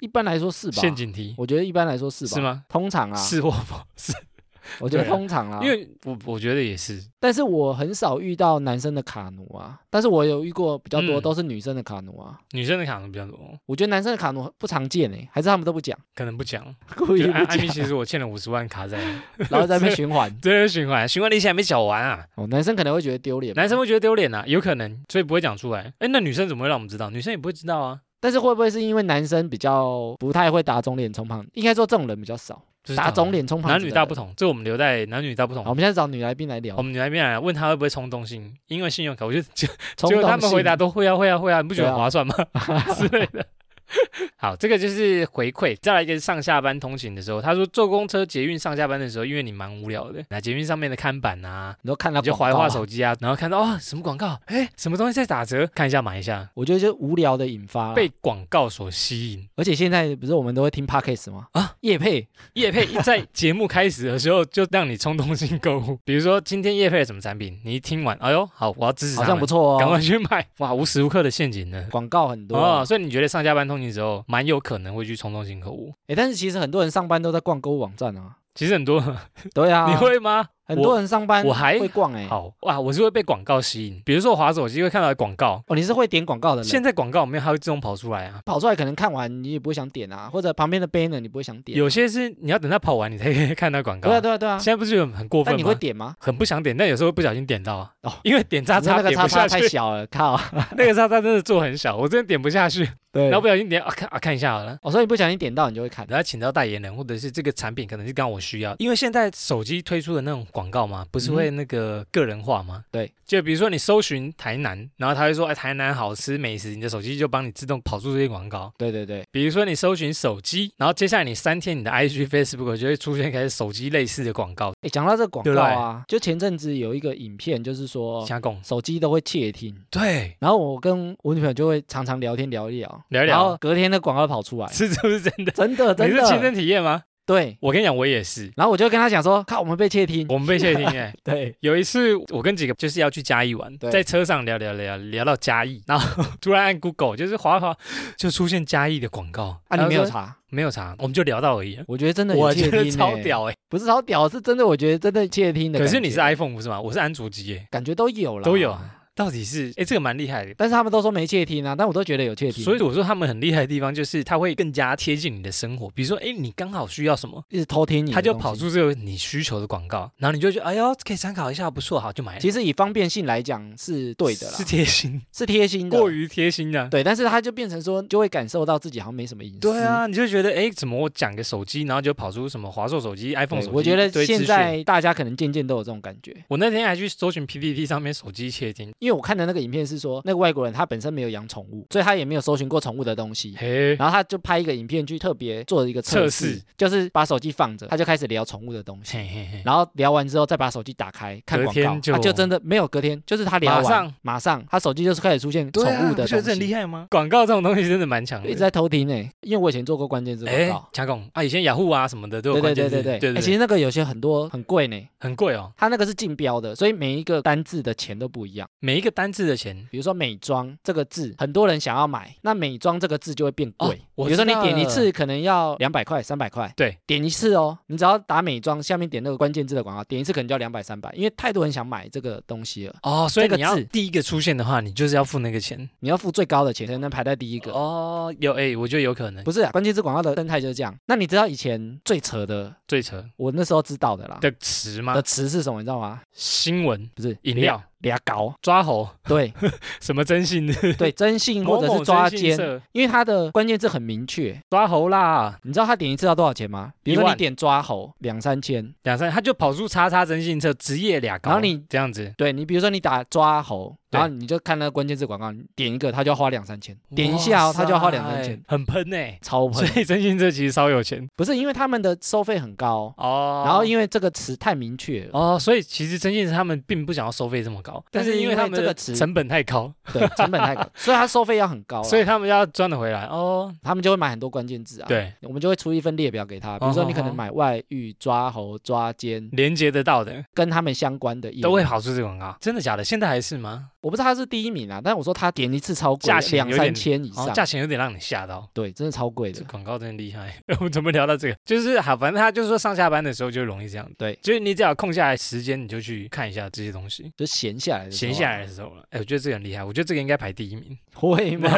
[SPEAKER 2] 一般来说是吧？
[SPEAKER 1] 陷阱题
[SPEAKER 2] 我觉得一般来说是吧？
[SPEAKER 1] 是吗？
[SPEAKER 2] 通常啊，
[SPEAKER 1] 是或否？是
[SPEAKER 2] 我觉得
[SPEAKER 1] 对啊
[SPEAKER 2] 通常啦，
[SPEAKER 1] 因为我我觉得也是，
[SPEAKER 2] 但是我很少遇到男生的卡奴啊，但是我有遇过比较
[SPEAKER 1] 嗯
[SPEAKER 2] 多都是女生的卡奴啊。
[SPEAKER 1] 女生的卡能比较多，
[SPEAKER 2] 我觉得男生的卡奴不常见诶、欸还是他们都不讲，
[SPEAKER 1] 可能不讲。
[SPEAKER 2] 故意
[SPEAKER 1] 就
[SPEAKER 2] 不
[SPEAKER 1] 艾艾米，
[SPEAKER 2] 讲，
[SPEAKER 1] 其实我欠了五十万卡在， [LAUGHS]
[SPEAKER 2] 然后在那边循环。
[SPEAKER 1] 这是循环，循环了一下还没缴完啊。
[SPEAKER 2] 哦，男生可能会觉得丢脸吧，
[SPEAKER 1] 男生会觉得丢脸啊，有可能，所以不会讲出来。哎，那女生怎么会让我们知道？女生也不会知道啊。
[SPEAKER 2] 但是会不会是因为男生比较不太会打肿脸充胖？应该说这种人比较少，
[SPEAKER 1] 不知道啊
[SPEAKER 2] 打肿，脸充胖。
[SPEAKER 1] 男女大不。哦同，这我们留在男女大不同
[SPEAKER 2] 好，我。们现在找女来宾来聊
[SPEAKER 1] 我。们来边来问他会不会冲动性，因为信用卡，我觉得就
[SPEAKER 2] 冲
[SPEAKER 1] 结果
[SPEAKER 2] 动
[SPEAKER 1] 他们回
[SPEAKER 2] 性
[SPEAKER 1] 答都会啊会啊会啊，你不觉得很
[SPEAKER 2] 对啊
[SPEAKER 1] 划算
[SPEAKER 2] [LAUGHS]
[SPEAKER 1] 吗？之类的。好，这个就是回馈。再来一个是上下班通勤的时候，他说坐公车、捷运上下班的时候，因为你蛮无聊的，那捷运上面的看板啊，
[SPEAKER 2] 你都看到
[SPEAKER 1] 你就划
[SPEAKER 2] 广
[SPEAKER 1] 一
[SPEAKER 2] 告啊
[SPEAKER 1] 划手机啊，然后看到哦什么广告，哎什么东西在打折，看一下买一下，
[SPEAKER 2] 我觉得就无聊的引发啦
[SPEAKER 1] 被广告所吸引。
[SPEAKER 2] 而且现在不是我们都会听 podcast 吗？
[SPEAKER 1] 啊，
[SPEAKER 2] 叶配
[SPEAKER 1] 叶配一在节目开始的时候就让你冲动性购物，比如说今天叶配了什么产品，你一听完，哎呦好，我要支持
[SPEAKER 2] 好
[SPEAKER 1] 他
[SPEAKER 2] 像
[SPEAKER 1] 们
[SPEAKER 2] 不错
[SPEAKER 1] 啊赶快
[SPEAKER 2] 哦，
[SPEAKER 1] 去买，哇无时无刻的陷阱呢。
[SPEAKER 2] 广告很多
[SPEAKER 1] 哦，
[SPEAKER 2] 哦。
[SPEAKER 1] 所以你觉得上下班通勤的时候，蛮有可能会去冲动性购物？
[SPEAKER 2] 哎，但是其实很多人上班都在逛购物网站啊。
[SPEAKER 1] 其实很多，
[SPEAKER 2] 对啊，
[SPEAKER 1] 你会吗？
[SPEAKER 2] 很多人上班
[SPEAKER 1] 我还
[SPEAKER 2] 会逛哎。
[SPEAKER 1] 好哇，我是会被广告吸引，比如说我滑手机会看到广告，
[SPEAKER 2] 哦，你是会点广告的人
[SPEAKER 1] 现。在广告里面它会自动跑出来啊。
[SPEAKER 2] 跑出来可能看完你也不会想点啊，或者旁边的 banner 你不会想点。啊
[SPEAKER 1] 有些是你要等它跑完你才可以看到广告
[SPEAKER 2] 对，啊对啊对啊
[SPEAKER 1] 现，在不是有很过分
[SPEAKER 2] 但
[SPEAKER 1] 吗？
[SPEAKER 2] 你会点吗？
[SPEAKER 1] 很不想点，但有时候会不小心点到啊，
[SPEAKER 2] 哦
[SPEAKER 1] 因为点叉
[SPEAKER 2] 你知道
[SPEAKER 1] 叉
[SPEAKER 2] 那个
[SPEAKER 1] 点
[SPEAKER 2] 叉
[SPEAKER 1] 不
[SPEAKER 2] 叉
[SPEAKER 1] 下
[SPEAKER 2] 太
[SPEAKER 1] 去，
[SPEAKER 2] 小了， [LAUGHS] 靠。
[SPEAKER 1] 那个叉叉真的做很小，我真的点不下去，
[SPEAKER 2] 对
[SPEAKER 1] [LAUGHS] 然后不小心点啊看啊看一下好了。
[SPEAKER 2] 我说你不小心点到，你就会看。
[SPEAKER 1] 然后请到代言人，或者是这个产品可能是刚好我需要，因为现在手机推出的那种广告嘛，不是会那个个人化吗？
[SPEAKER 2] 嗯对，
[SPEAKER 1] 就比如说你搜寻台南，然后他会说哎台南好吃美食，你的手机就帮你自动跑出这些广告。
[SPEAKER 2] 对对对，
[SPEAKER 1] 比如说你搜寻手机，然后接下来你三天你的 IG、Facebook 就会出现开始手机类似的广告，
[SPEAKER 2] 哎，讲到这广
[SPEAKER 1] 对不
[SPEAKER 2] 告
[SPEAKER 1] 对
[SPEAKER 2] 啊，就前阵子有一个影片，就是说
[SPEAKER 1] 加工。
[SPEAKER 2] 手机都会窃听，
[SPEAKER 1] 对，
[SPEAKER 2] 然后我跟我女朋友就会常常聊天聊一聊，
[SPEAKER 1] 聊一
[SPEAKER 2] 然
[SPEAKER 1] 聊
[SPEAKER 2] 后，隔天的广告跑出来，
[SPEAKER 1] [LAUGHS] 是这不是真的？
[SPEAKER 2] 真的
[SPEAKER 1] 你
[SPEAKER 2] 真
[SPEAKER 1] 是亲身
[SPEAKER 2] 的，
[SPEAKER 1] 体验吗？
[SPEAKER 2] 对。
[SPEAKER 1] 我跟你讲，我也是，
[SPEAKER 2] 然后我就跟她讲说，看我们被窃听，
[SPEAKER 1] 我们被窃听哎、
[SPEAKER 2] 对，
[SPEAKER 1] 有一次，我跟几个就是要去嘉义玩，
[SPEAKER 2] 对
[SPEAKER 1] 在车上聊聊聊聊到嘉义，然后突然按 Google 就是滑一滑，就出现嘉义的广告。
[SPEAKER 2] 啊你没
[SPEAKER 1] 然
[SPEAKER 2] 有
[SPEAKER 1] 后说
[SPEAKER 2] 查，
[SPEAKER 1] 没有查，我们就聊到而已。
[SPEAKER 2] 我觉得真的有
[SPEAKER 1] 我
[SPEAKER 2] 窃
[SPEAKER 1] 觉得
[SPEAKER 2] 听，欸
[SPEAKER 1] 超，屌哎、
[SPEAKER 2] 不是超屌，是真的，我觉得真的窃听的感
[SPEAKER 1] 可
[SPEAKER 2] 觉。
[SPEAKER 1] 是你是 iPhone 不是吗？我是安卓机哎、
[SPEAKER 2] 感觉都有了，
[SPEAKER 1] 都有啊。到底是哎、这个蛮厉害的。
[SPEAKER 2] 但是他们都说没窃听啊，但我都觉得有窃听，
[SPEAKER 1] 所以我说他们很厉害的地方就是它会更加贴近你的生活，比如说哎、你刚好需要什么，
[SPEAKER 2] 一直偷听你，
[SPEAKER 1] 它就跑。出这个你需求的广告，然后你就觉得哎呦可以参考一下，不错，好就买了。
[SPEAKER 2] 其实以方便性来讲是对的啦，
[SPEAKER 1] 是贴心，
[SPEAKER 2] 是贴心的，
[SPEAKER 1] 过于贴心啊的、
[SPEAKER 2] 对，但是他就变成说，就会感受到自己好像没什么隐私。
[SPEAKER 1] 对啊，你就觉得哎，诶怎么我讲个手机，然后就跑出什么华硕手机、
[SPEAKER 2] 对，
[SPEAKER 1] iPhone 手机？
[SPEAKER 2] 我觉得
[SPEAKER 1] 一堆资
[SPEAKER 2] 现
[SPEAKER 1] 讯。
[SPEAKER 2] 在大家可能渐渐都有这种感觉，
[SPEAKER 1] 我那天还去搜寻 PPT 上面手机窃听，
[SPEAKER 2] 因为我看的那个影片是说，那个外国人他本身没有养宠物，所以他也没有搜寻过宠物的东西。
[SPEAKER 1] 嘿，
[SPEAKER 2] 然后他就拍一个影片去特别做一个测试，
[SPEAKER 1] 测试
[SPEAKER 2] 就是把手机放着，他就开始聊宠物的东西，
[SPEAKER 1] 嘿嘿嘿，
[SPEAKER 2] 然后聊完之后再把手机打开看
[SPEAKER 1] 隔
[SPEAKER 2] 广告，
[SPEAKER 1] 天就
[SPEAKER 2] 啊、就真的没有隔天，就是他聊完
[SPEAKER 1] 马上
[SPEAKER 2] 马上他手机就是开始出现宠物的
[SPEAKER 1] 啊觉
[SPEAKER 2] 东
[SPEAKER 1] 得这很
[SPEAKER 2] 西，
[SPEAKER 1] 厉害吗？广告这种东西真的蛮强
[SPEAKER 2] 一直
[SPEAKER 1] 的。
[SPEAKER 2] 在偷听呢、因为我以前做过关键字广
[SPEAKER 1] 哎
[SPEAKER 2] 告，，
[SPEAKER 1] 加工啊，以前雅虎啊什么的都有
[SPEAKER 2] 对对
[SPEAKER 1] 关
[SPEAKER 2] 对
[SPEAKER 1] 键字，
[SPEAKER 2] 对对，
[SPEAKER 1] 对
[SPEAKER 2] 哎其实那个有些很多很贵呢、
[SPEAKER 1] 很贵哦，
[SPEAKER 2] 它那个是竞标的，所以每一个单字的钱都不一样。
[SPEAKER 1] 每一个单字的钱。
[SPEAKER 2] 比如说美妆这个字，很多人想要买，那美妆这个字就会变贵。
[SPEAKER 1] 哦我
[SPEAKER 2] 比如说你
[SPEAKER 1] 知道
[SPEAKER 2] 点一
[SPEAKER 1] 了
[SPEAKER 2] 次可能要两百块、三百块，
[SPEAKER 1] 对，
[SPEAKER 2] 点一次哦。你只要打美妆，下面点那个关键字的广告，点一次可能就要两百、三百，因为太多人想买这个东西了，
[SPEAKER 1] 哦，所以
[SPEAKER 2] 这个
[SPEAKER 1] 你要
[SPEAKER 2] 字
[SPEAKER 1] 第一个出现的话，你就是要付那个钱。
[SPEAKER 2] 你要付最高的钱才能排在第一个。
[SPEAKER 1] 哦，有哎，我觉得有可能
[SPEAKER 2] 不是、啊，关键字广告的生态就是这样。那你知道以前最扯的，
[SPEAKER 1] 最扯
[SPEAKER 2] 我那时候知道的啦，
[SPEAKER 1] 的词吗
[SPEAKER 2] 的？词是什么？你知道吗？
[SPEAKER 1] 新闻、
[SPEAKER 2] 不是
[SPEAKER 1] 饮料、
[SPEAKER 2] 俩搞，
[SPEAKER 1] 抓猴、 [LAUGHS]
[SPEAKER 2] 对
[SPEAKER 1] 什么征信、
[SPEAKER 2] 对，征信 [LAUGHS] 或
[SPEAKER 1] 某
[SPEAKER 2] 者
[SPEAKER 1] 某
[SPEAKER 2] 是抓
[SPEAKER 1] 征信
[SPEAKER 2] 奸，
[SPEAKER 1] 社
[SPEAKER 2] 因为它的关键字很明确，
[SPEAKER 1] 抓猴啦，
[SPEAKER 2] 你知道他点一次要多少钱吗？比
[SPEAKER 1] 一
[SPEAKER 2] 如说
[SPEAKER 1] 万
[SPEAKER 2] 你点抓猴两三千，
[SPEAKER 1] 两三，他就跑出叉叉征信社职业俩高，
[SPEAKER 2] 然后你
[SPEAKER 1] 这样子，
[SPEAKER 2] 对你比如说你打抓猴，
[SPEAKER 1] 对
[SPEAKER 2] 然后你就看那个关键字广告，你点一个他就要花两三千，点一下哦，他就要花两三千，，
[SPEAKER 1] 很喷呢、 [LAUGHS]
[SPEAKER 2] 超
[SPEAKER 1] 所
[SPEAKER 2] 喷。
[SPEAKER 1] 以征信社其实稍有钱
[SPEAKER 2] 不是因为他们的收费很高，
[SPEAKER 1] 哦
[SPEAKER 2] 然后因为这个词太明确了，
[SPEAKER 1] 哦，所以其实征信社他们并不想要收费这么高，
[SPEAKER 2] 但
[SPEAKER 1] 但
[SPEAKER 2] 是
[SPEAKER 1] 是因为他
[SPEAKER 2] 因为
[SPEAKER 1] 们
[SPEAKER 2] 这个
[SPEAKER 1] 的
[SPEAKER 2] 词
[SPEAKER 1] 成本太高， [LAUGHS]
[SPEAKER 2] 对，成本太高，所以他收费要很高啦，
[SPEAKER 1] 所以他们要赚得回来哦。
[SPEAKER 2] 他们就会买很多关键字啊。。
[SPEAKER 1] 对，哦
[SPEAKER 2] 我们就会出一份列表给他，比如说你可能买外遇、抓猴、抓奸，
[SPEAKER 1] 连接得到的
[SPEAKER 2] 跟他们相关的业务
[SPEAKER 1] 都会跑出这个广告，真的假的？现在还是吗？
[SPEAKER 2] 我不知道它是第一名啊，但我说它点一次超贵
[SPEAKER 1] 价，钱
[SPEAKER 2] 两
[SPEAKER 1] 有点
[SPEAKER 2] 三千以
[SPEAKER 1] 哦，
[SPEAKER 2] 上，
[SPEAKER 1] 价钱有点让你吓到。
[SPEAKER 2] 对，真的超贵
[SPEAKER 1] 这
[SPEAKER 2] 啊的。
[SPEAKER 1] 广告真的厉害， [LAUGHS] 我们怎么聊到这个？就是好，反正他就是说上下班的时候就容易这样。
[SPEAKER 2] 对
[SPEAKER 1] 就是你只要空下来时间，你就去看一下这些东西。
[SPEAKER 2] 就闲下来的时候啊，
[SPEAKER 1] 闲下来的时候了，哎，我觉得这个很厉害，我觉得这个应该排第一名，
[SPEAKER 2] 会
[SPEAKER 1] [LAUGHS]
[SPEAKER 2] 吗？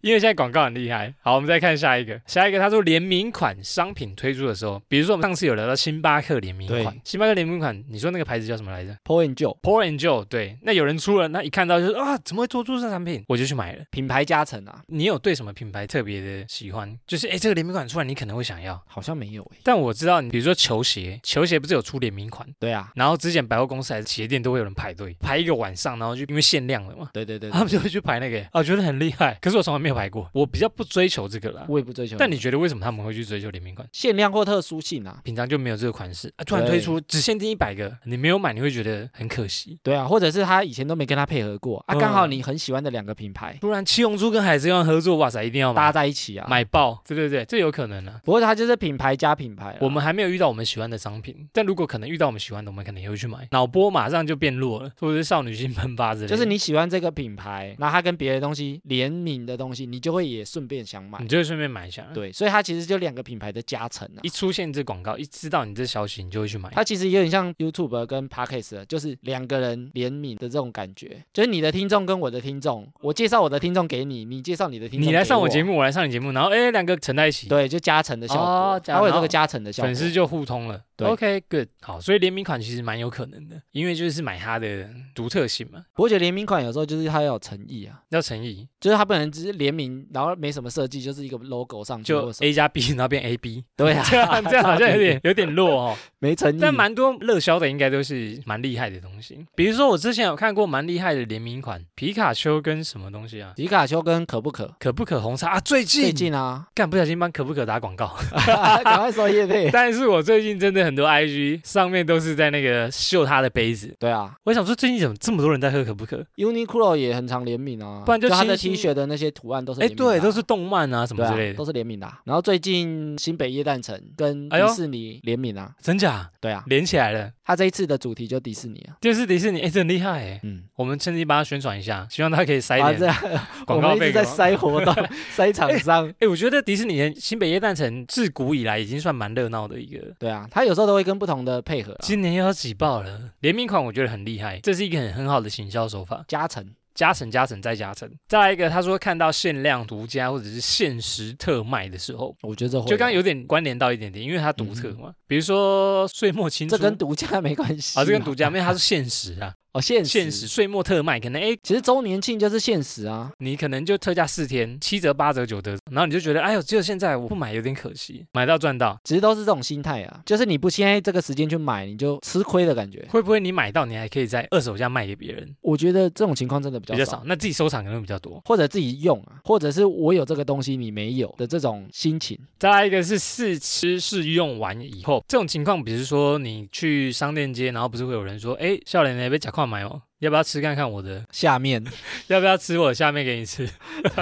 [SPEAKER 1] 因为现在广告很厉害。好，我们再看下一个，下一个他说联名款商品推出的时候，比如说我们上次有聊到星巴克联名款
[SPEAKER 2] 对，
[SPEAKER 1] 星巴克联名款，你说那个牌子叫什么来着
[SPEAKER 2] p o and Joe
[SPEAKER 1] ？Pour and Joe，对，那有人出了，那一看到就是啊，怎么会做出这产品，我就去买了。
[SPEAKER 2] 品牌加成啊，
[SPEAKER 1] 你有对什么品牌特别的喜欢？就是哎，这个联名款出来，你可能会想要。
[SPEAKER 2] 好像没有欸诶、
[SPEAKER 1] 但我知道，你比如说球鞋，球鞋不是有出联名款，
[SPEAKER 2] 对啊，
[SPEAKER 1] 然后之前百货公司还是鞋店都会有人排队排一个晚上，然后就因为限量了嘛，
[SPEAKER 2] 对对对
[SPEAKER 1] 他
[SPEAKER 2] 对
[SPEAKER 1] 们就会去排那个，啊，觉得很厉害。可是我从来没有排过，我比较不追求这个啦。
[SPEAKER 2] 我也不追求。
[SPEAKER 1] 但你觉得为什么他们会去追求联名款？
[SPEAKER 2] 限量或特殊性啊，
[SPEAKER 1] 平常就没有这个款式啊，突然
[SPEAKER 2] 对
[SPEAKER 1] 推出只限定一百个，你没有买你会觉得很可惜。
[SPEAKER 2] 对啊，或者是他以前都没跟他配合过啊，
[SPEAKER 1] 嗯
[SPEAKER 2] 刚好你很喜欢的两个品牌
[SPEAKER 1] 突然七龙珠跟海贼王合作，哇塞，一定要
[SPEAKER 2] 搭
[SPEAKER 1] 买
[SPEAKER 2] 在一起啊。
[SPEAKER 1] 买爆，对对对，这有可能啊。
[SPEAKER 2] 不过他就是品牌加品牌啦，
[SPEAKER 1] 我们还没有遇到我们喜欢的商品，但如果可能遇到我们喜欢的，我们可能也会去买。脑波马上就变弱了，或者是少女心喷发之类的。
[SPEAKER 2] 就是你喜欢这个品牌，然后它跟别的东西联名的东西，你就会也顺便想买
[SPEAKER 1] 你。就会顺便买一下。，
[SPEAKER 2] 对，所以它其实就两个品牌的加成啊
[SPEAKER 1] 一。出现这广告，一知道你这消息，你就会去买。
[SPEAKER 2] 它其实有点像 YouTube 跟 Podcast，就是啊两个人联名的这种感觉，就是你的听众跟我的听众，我介绍我的听众给你，你介绍你的听众，
[SPEAKER 1] 你来上
[SPEAKER 2] 我
[SPEAKER 1] 我节，目，我来上你节目，然后哎，两个乘在一起，
[SPEAKER 2] 对，就加成的效果，
[SPEAKER 1] 哦加
[SPEAKER 2] 它会有这
[SPEAKER 1] 然后
[SPEAKER 2] 个加成的效果。
[SPEAKER 1] 粉丝就互通了。
[SPEAKER 2] 对
[SPEAKER 1] OK，good，、好，所以联名款其实蛮有可能的，因为就是买它的独特性嘛，
[SPEAKER 2] 不过我觉得联名款有时候就是它要有诚意啊，
[SPEAKER 1] 要诚意，
[SPEAKER 2] 就是它不能只是联名，然后没什么设计，就是一个 logo 上去
[SPEAKER 1] 就
[SPEAKER 2] 或什么
[SPEAKER 1] A 加 B，然后变 [LAUGHS] AB，
[SPEAKER 2] 对啊，
[SPEAKER 1] 这样这样好像有点有点弱 [LAUGHS] 哦。
[SPEAKER 2] 没诚意。
[SPEAKER 1] 但蛮多热销的应该都是蛮厉害的东西，比如说我之前有看过蛮厉害的联名款，皮卡丘跟什么东西啊？
[SPEAKER 2] 皮卡丘跟可不可
[SPEAKER 1] 可不可红茶啊？最近
[SPEAKER 2] 最近啊， [LAUGHS]
[SPEAKER 1] 干不小心帮可不可打广 [LAUGHS] 告，
[SPEAKER 2] 赶快说
[SPEAKER 1] [LAUGHS]
[SPEAKER 2] 叶配。
[SPEAKER 1] 但是我最近真的很多 IG 上面都是在那个秀他的杯子，
[SPEAKER 2] 对啊
[SPEAKER 1] 我想说最近怎么这么多人在喝可不可？
[SPEAKER 2] ，Uniqlo 也很常联名啊，
[SPEAKER 1] 不然就
[SPEAKER 2] 它的
[SPEAKER 1] 清
[SPEAKER 2] T
[SPEAKER 1] 新
[SPEAKER 2] 恤的那些图案都是
[SPEAKER 1] 哎，
[SPEAKER 2] 联名的啊
[SPEAKER 1] 对，都是动漫啊什么
[SPEAKER 2] 对
[SPEAKER 1] 之类
[SPEAKER 2] 啊，
[SPEAKER 1] 的
[SPEAKER 2] 都，是联名的啊、然后最近新北耶诞城跟
[SPEAKER 1] 哎呦
[SPEAKER 2] 迪士尼联名啊，
[SPEAKER 1] 真假
[SPEAKER 2] 对啊，
[SPEAKER 1] 连起来了，
[SPEAKER 2] 它这一次的主题就迪士尼啊，
[SPEAKER 1] 就是迪士尼，哎，这很厉害哎。
[SPEAKER 2] [LAUGHS] 嗯，
[SPEAKER 1] 我们趁机帮他宣传一下，希望他可以塞
[SPEAKER 2] 啊
[SPEAKER 1] 一
[SPEAKER 2] 这
[SPEAKER 1] 点
[SPEAKER 2] [LAUGHS] 样，我
[SPEAKER 1] 哎广告
[SPEAKER 2] 们一
[SPEAKER 1] 费
[SPEAKER 2] 直
[SPEAKER 1] 给我。
[SPEAKER 2] 在塞活
[SPEAKER 1] [LAUGHS]
[SPEAKER 2] 动、塞厂商。
[SPEAKER 1] 哎，我觉得迪士尼的新北耶诞城自古以来已经算蛮热闹的一个
[SPEAKER 2] 对啊，它有时候都会跟不同的配合、啊，
[SPEAKER 1] 今年又要挤爆了，联名款我觉得很厉害，这是一个很很好的行销手法，
[SPEAKER 2] 加成。
[SPEAKER 1] 加成加成再加成。再来一个，他说看到限量独家或者是限时特卖的时候，
[SPEAKER 2] 我觉得这会啊
[SPEAKER 1] 就刚刚有点关联到一点点，因为它独特嘛。比如说岁末青
[SPEAKER 2] 嗯这
[SPEAKER 1] 春，
[SPEAKER 2] 跟独家没关系
[SPEAKER 1] 啊这跟独家，因为它是限时啊，
[SPEAKER 2] 哦 [LAUGHS] 限
[SPEAKER 1] 限时
[SPEAKER 2] 时，
[SPEAKER 1] 岁末特卖，可能哎。
[SPEAKER 2] 其实周年庆就是限时啊，
[SPEAKER 1] 你可能就特价四天，七折、八折、九折，然后你就觉得，哎呦，只有现在我不买有点可惜，买到赚到。
[SPEAKER 2] 其实都是这种心态啊，就是你不现在这个时间去买，你就吃亏的感觉。
[SPEAKER 1] 会不会你买到，你还可以在二手价卖给别人，
[SPEAKER 2] 我觉得这种情况真的比较
[SPEAKER 1] 比较少，那自己收藏可能会比较多。
[SPEAKER 2] 或者自己用啊，或者是我有这个东西你没有的这种心情。
[SPEAKER 1] 再来一个是试吃试用完以后，这种情况，比如说你去商店街，然后不是会有人说，哎，笑脸那被假矿买哦，要不要吃看看我的？
[SPEAKER 2] 下面 [LAUGHS]
[SPEAKER 1] 要不要吃我的下面给你吃？ [LAUGHS]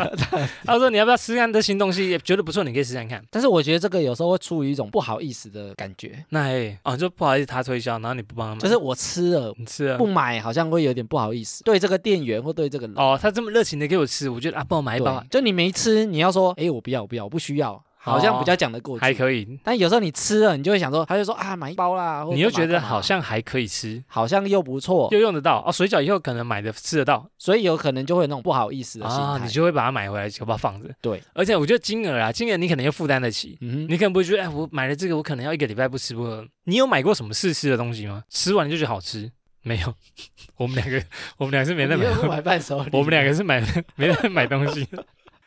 [SPEAKER 1] 他说你要不要吃看这新东西，也觉得不错，你可以试看看。
[SPEAKER 2] 但是我觉得这个有时候会出于一种不好意思的感觉，
[SPEAKER 1] 那哎，哦，就不好意思他推销，然后你不帮他买，
[SPEAKER 2] 就是我吃了
[SPEAKER 1] 你吃啊
[SPEAKER 2] 不。买，好像会有点不好意思，对这个店员或对这个人。
[SPEAKER 1] 哦，他这么热情的给我吃，我觉得啊，帮我买一包
[SPEAKER 2] 对，就你没吃，你要说，哎，我不要，我不要，我不需要，好像比较讲得过
[SPEAKER 1] 哦还
[SPEAKER 2] 去。
[SPEAKER 1] 可以，
[SPEAKER 2] 但有时候你吃了，你就会想说，他就说啊，买一包啦，或者
[SPEAKER 1] 你又
[SPEAKER 2] 干嘛
[SPEAKER 1] 觉得
[SPEAKER 2] 干嘛
[SPEAKER 1] 好像还可以吃，
[SPEAKER 2] 好像又不错，
[SPEAKER 1] 又用得到哦，水饺以后可能买的吃得到，
[SPEAKER 2] 所以有可能就会有那种不好意思的心
[SPEAKER 1] 啊，
[SPEAKER 2] 态
[SPEAKER 1] 你。就会把它买回来，就把它放着。
[SPEAKER 2] 对，
[SPEAKER 1] 而且我觉得金额啊，金额你可能又负担得起，
[SPEAKER 2] 嗯
[SPEAKER 1] 你可能不会觉得，哎，我买了这个，我可能要一个礼拜不吃不喝。你有买过什么试吃的东西吗？吃完就觉得好吃？没有， [LAUGHS] 我们两个，我们两个是没
[SPEAKER 2] 哼，
[SPEAKER 1] 在
[SPEAKER 2] 你
[SPEAKER 1] 买
[SPEAKER 2] 又
[SPEAKER 1] 东
[SPEAKER 2] 不
[SPEAKER 1] 西，
[SPEAKER 2] 买伴手
[SPEAKER 1] [LAUGHS]
[SPEAKER 2] 礼，
[SPEAKER 1] 我们两个是买没在买东西。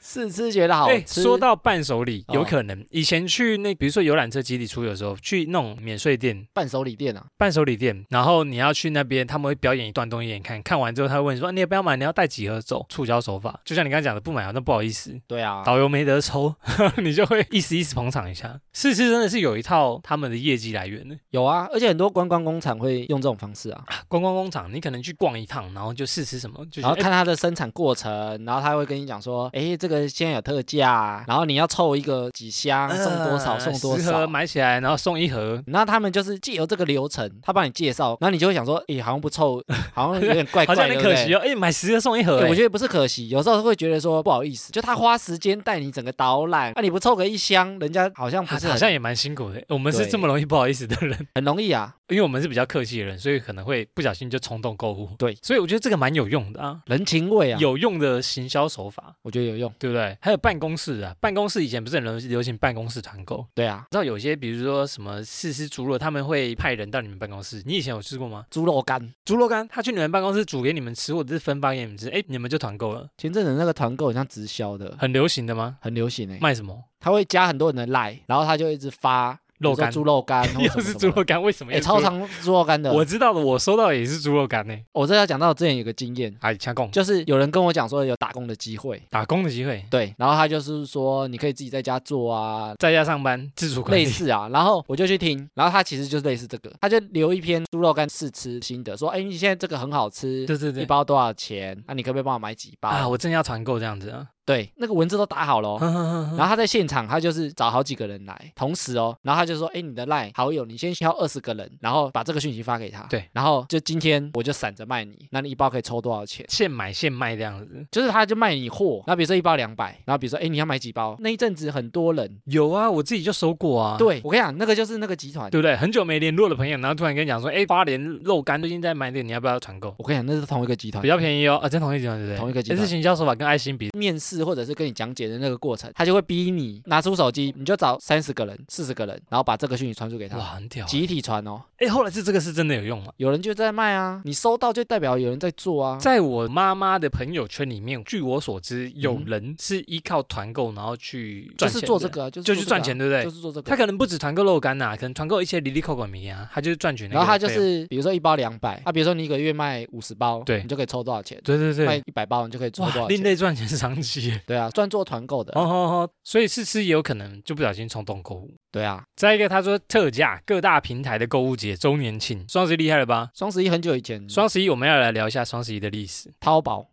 [SPEAKER 2] 试吃觉得好
[SPEAKER 1] 哎，
[SPEAKER 2] 吃，
[SPEAKER 1] 说到伴手礼，有
[SPEAKER 2] 哦
[SPEAKER 1] 可能以前去那，比如说游览车集体出游的时候，去那种免税店。
[SPEAKER 2] 伴手礼店啊，
[SPEAKER 1] 伴手礼店，然后你要去那边，他们会表演一段东西给你看，看完之后他会问你说、啊你要不要买，你要带几盒走，促销手法，就像你刚刚讲的，不买好像不好意 [LAUGHS] 思，
[SPEAKER 2] 对啊，
[SPEAKER 1] 导游没得抽， [LAUGHS] 你就会意思意思捧场一下。试吃真的是有一套他们的业绩来源的。
[SPEAKER 2] 有啊，而且很多观光工厂会用这种方式啊，
[SPEAKER 1] 观光工厂，你可能去逛一趟，然后就试吃什么，就觉
[SPEAKER 2] 然
[SPEAKER 1] 得
[SPEAKER 2] 后
[SPEAKER 1] 哎
[SPEAKER 2] 看它的生产过程，然后他会跟你讲说，哎，这个现在有特价、啊，然后你要凑一个几箱，
[SPEAKER 1] 哎
[SPEAKER 2] 送多少送多
[SPEAKER 1] 十盒
[SPEAKER 2] 少。
[SPEAKER 1] 啊买起来，然后送一盒，
[SPEAKER 2] 那他们就是借由这个流程，他帮你介绍，然后你就会想说，诶、好像不凑，
[SPEAKER 1] [LAUGHS]
[SPEAKER 2] 好像有点怪
[SPEAKER 1] 好
[SPEAKER 2] 怪，
[SPEAKER 1] 像有
[SPEAKER 2] 对
[SPEAKER 1] 点
[SPEAKER 2] 不
[SPEAKER 1] 可
[SPEAKER 2] 对
[SPEAKER 1] 惜哦。哎，买十盒送一盒，
[SPEAKER 2] 对，
[SPEAKER 1] 哎
[SPEAKER 2] 我觉得不是可惜，有时候会觉得说不好意思，就他花时间带你整个导览，那、你不凑个一箱，人家好像不
[SPEAKER 1] 好
[SPEAKER 2] 是
[SPEAKER 1] 像
[SPEAKER 2] 很
[SPEAKER 1] 哎好像也蛮辛苦的。我们是
[SPEAKER 2] 对
[SPEAKER 1] 这么容易不好意思的人， [LAUGHS]
[SPEAKER 2] 很容易啊。
[SPEAKER 1] 因为我们是比较客气的人，所以可能会不小心就冲动购物。
[SPEAKER 2] 对
[SPEAKER 1] 所以我觉得这个蛮有用的啊，
[SPEAKER 2] 人情味啊，
[SPEAKER 1] 有用的行销手法，
[SPEAKER 2] 我觉得有用。
[SPEAKER 1] 对不对？还有办公室啊，办公室以前不是很流流行办公室团购，
[SPEAKER 2] 对啊，
[SPEAKER 1] 知道有些比如说什么四师猪肉，他们会派人到你们办公室，你以前有吃过吗？
[SPEAKER 2] 猪肉干，
[SPEAKER 1] 猪肉干他去你们办公室煮给你们吃，或者是分发给你们吃，哎，你们就团购了，
[SPEAKER 2] 前阵子那个团购很像直销的，
[SPEAKER 1] 很流行的吗？
[SPEAKER 2] 很流行诶、欸，
[SPEAKER 1] 卖什么？
[SPEAKER 2] 他会加很多人的赖，然后他就一直发比如
[SPEAKER 1] 肉
[SPEAKER 2] 说
[SPEAKER 1] 干
[SPEAKER 2] 猪肉
[SPEAKER 1] [LAUGHS]
[SPEAKER 2] 干，或什
[SPEAKER 1] 又
[SPEAKER 2] 么
[SPEAKER 1] 是
[SPEAKER 2] 什么
[SPEAKER 1] 猪
[SPEAKER 2] 的
[SPEAKER 1] 肉，干，为什么
[SPEAKER 2] 哎、
[SPEAKER 1] 又是猪
[SPEAKER 2] 超
[SPEAKER 1] 肉？
[SPEAKER 2] 长猪肉干的。
[SPEAKER 1] 我
[SPEAKER 2] 我
[SPEAKER 1] 知道的，我收到的也是猪肉干呢、
[SPEAKER 2] 我这要讲到我之前有个经验，
[SPEAKER 1] 哎，强共
[SPEAKER 2] 就是有人跟我讲说有打工的机会，
[SPEAKER 1] 打工的机会，
[SPEAKER 2] 对，然后他就是说你可以自己在家做啊，
[SPEAKER 1] 在家上班，自主管
[SPEAKER 2] 类
[SPEAKER 1] 理，
[SPEAKER 2] 似啊，然后我就去听，然后他其实就是类似这个，他就留一篇猪肉干试吃心得，说，哎，你现在这个很好吃，
[SPEAKER 1] 对对对
[SPEAKER 2] 一。包多少钱？那、你可不可以帮我买几包？
[SPEAKER 1] 啊，我真的要团购这样子啊！
[SPEAKER 2] 对，那个文字都打好了
[SPEAKER 1] [LAUGHS]
[SPEAKER 2] 哦、然后他在现场，他就是找好几个人来，同时哦，然后他就说，哎，你的 line 好友，你先挑二十个人，然后把这个讯息发给他，
[SPEAKER 1] 对，
[SPEAKER 2] 然后就今天我就散着卖你，那你一包可以抽多少钱？
[SPEAKER 1] 现买现卖这样子。
[SPEAKER 2] 就是他就卖你货，那比如说一包两百，然后比如说，哎，你要买几包？那一阵子很多人，
[SPEAKER 1] 有啊，我自己就收过啊。
[SPEAKER 2] 对我跟你讲，那个就是那个集团。
[SPEAKER 1] 对不对？很久没联络的朋友，然后突然跟你讲说，哎，花莲肉干最近在买点，你要不要团购？
[SPEAKER 2] 我跟你讲，那是同一个集团
[SPEAKER 1] 比，较便宜哦，啊，真同一个集团对不对？
[SPEAKER 2] 同一个集
[SPEAKER 1] 但
[SPEAKER 2] 团
[SPEAKER 1] 是行销手法跟爱心比，
[SPEAKER 2] 面试或者是跟你讲解的那个过程，他就会逼你拿出手机，你就找三十个人、四十个人，然后把这个讯息传输给他，
[SPEAKER 1] 哇，很屌啊。
[SPEAKER 2] 集体传哦。
[SPEAKER 1] 哎，后来是这个是真的有用吗？
[SPEAKER 2] 有人就在卖啊，你收到就代表有人在做啊。
[SPEAKER 1] 在我妈妈的朋友圈里面，据我所知，有
[SPEAKER 2] 嗯
[SPEAKER 1] 人是依靠团购然后去
[SPEAKER 2] 就
[SPEAKER 1] 赚
[SPEAKER 2] 是
[SPEAKER 1] 钱，
[SPEAKER 2] 做这，个啊，就是
[SPEAKER 1] 就去
[SPEAKER 2] 做这个啊
[SPEAKER 1] 赚钱，，对不
[SPEAKER 2] 就
[SPEAKER 1] 对？
[SPEAKER 2] 是做这
[SPEAKER 1] 他
[SPEAKER 2] 个。啊
[SPEAKER 1] 可能不止团购肉干啊呐，可能团购一些离离扣扣米啊，他就是赚取那个费
[SPEAKER 2] 然
[SPEAKER 1] 用。
[SPEAKER 2] 后他就是，比如说一包两百，啊，比如说你一个月卖五十包，
[SPEAKER 1] 对
[SPEAKER 2] 你就可以抽多少钱？
[SPEAKER 1] 对对
[SPEAKER 2] 卖
[SPEAKER 1] 对，
[SPEAKER 2] 一百包，你就可以抽多
[SPEAKER 1] 哇，
[SPEAKER 2] 少
[SPEAKER 1] 另
[SPEAKER 2] 钱？
[SPEAKER 1] 类赚钱商机耶。
[SPEAKER 2] 对啊，专做团购的
[SPEAKER 1] 哦，哦哦，所以试吃也有可能就不小心冲动购物。
[SPEAKER 2] 对啊。
[SPEAKER 1] 再一个，他说特价各大平台的购物节周年庆，双十一厉害了吧？
[SPEAKER 2] 双十一很久以前，
[SPEAKER 1] 双十一我们要来聊一下双十一的历史，
[SPEAKER 2] 淘宝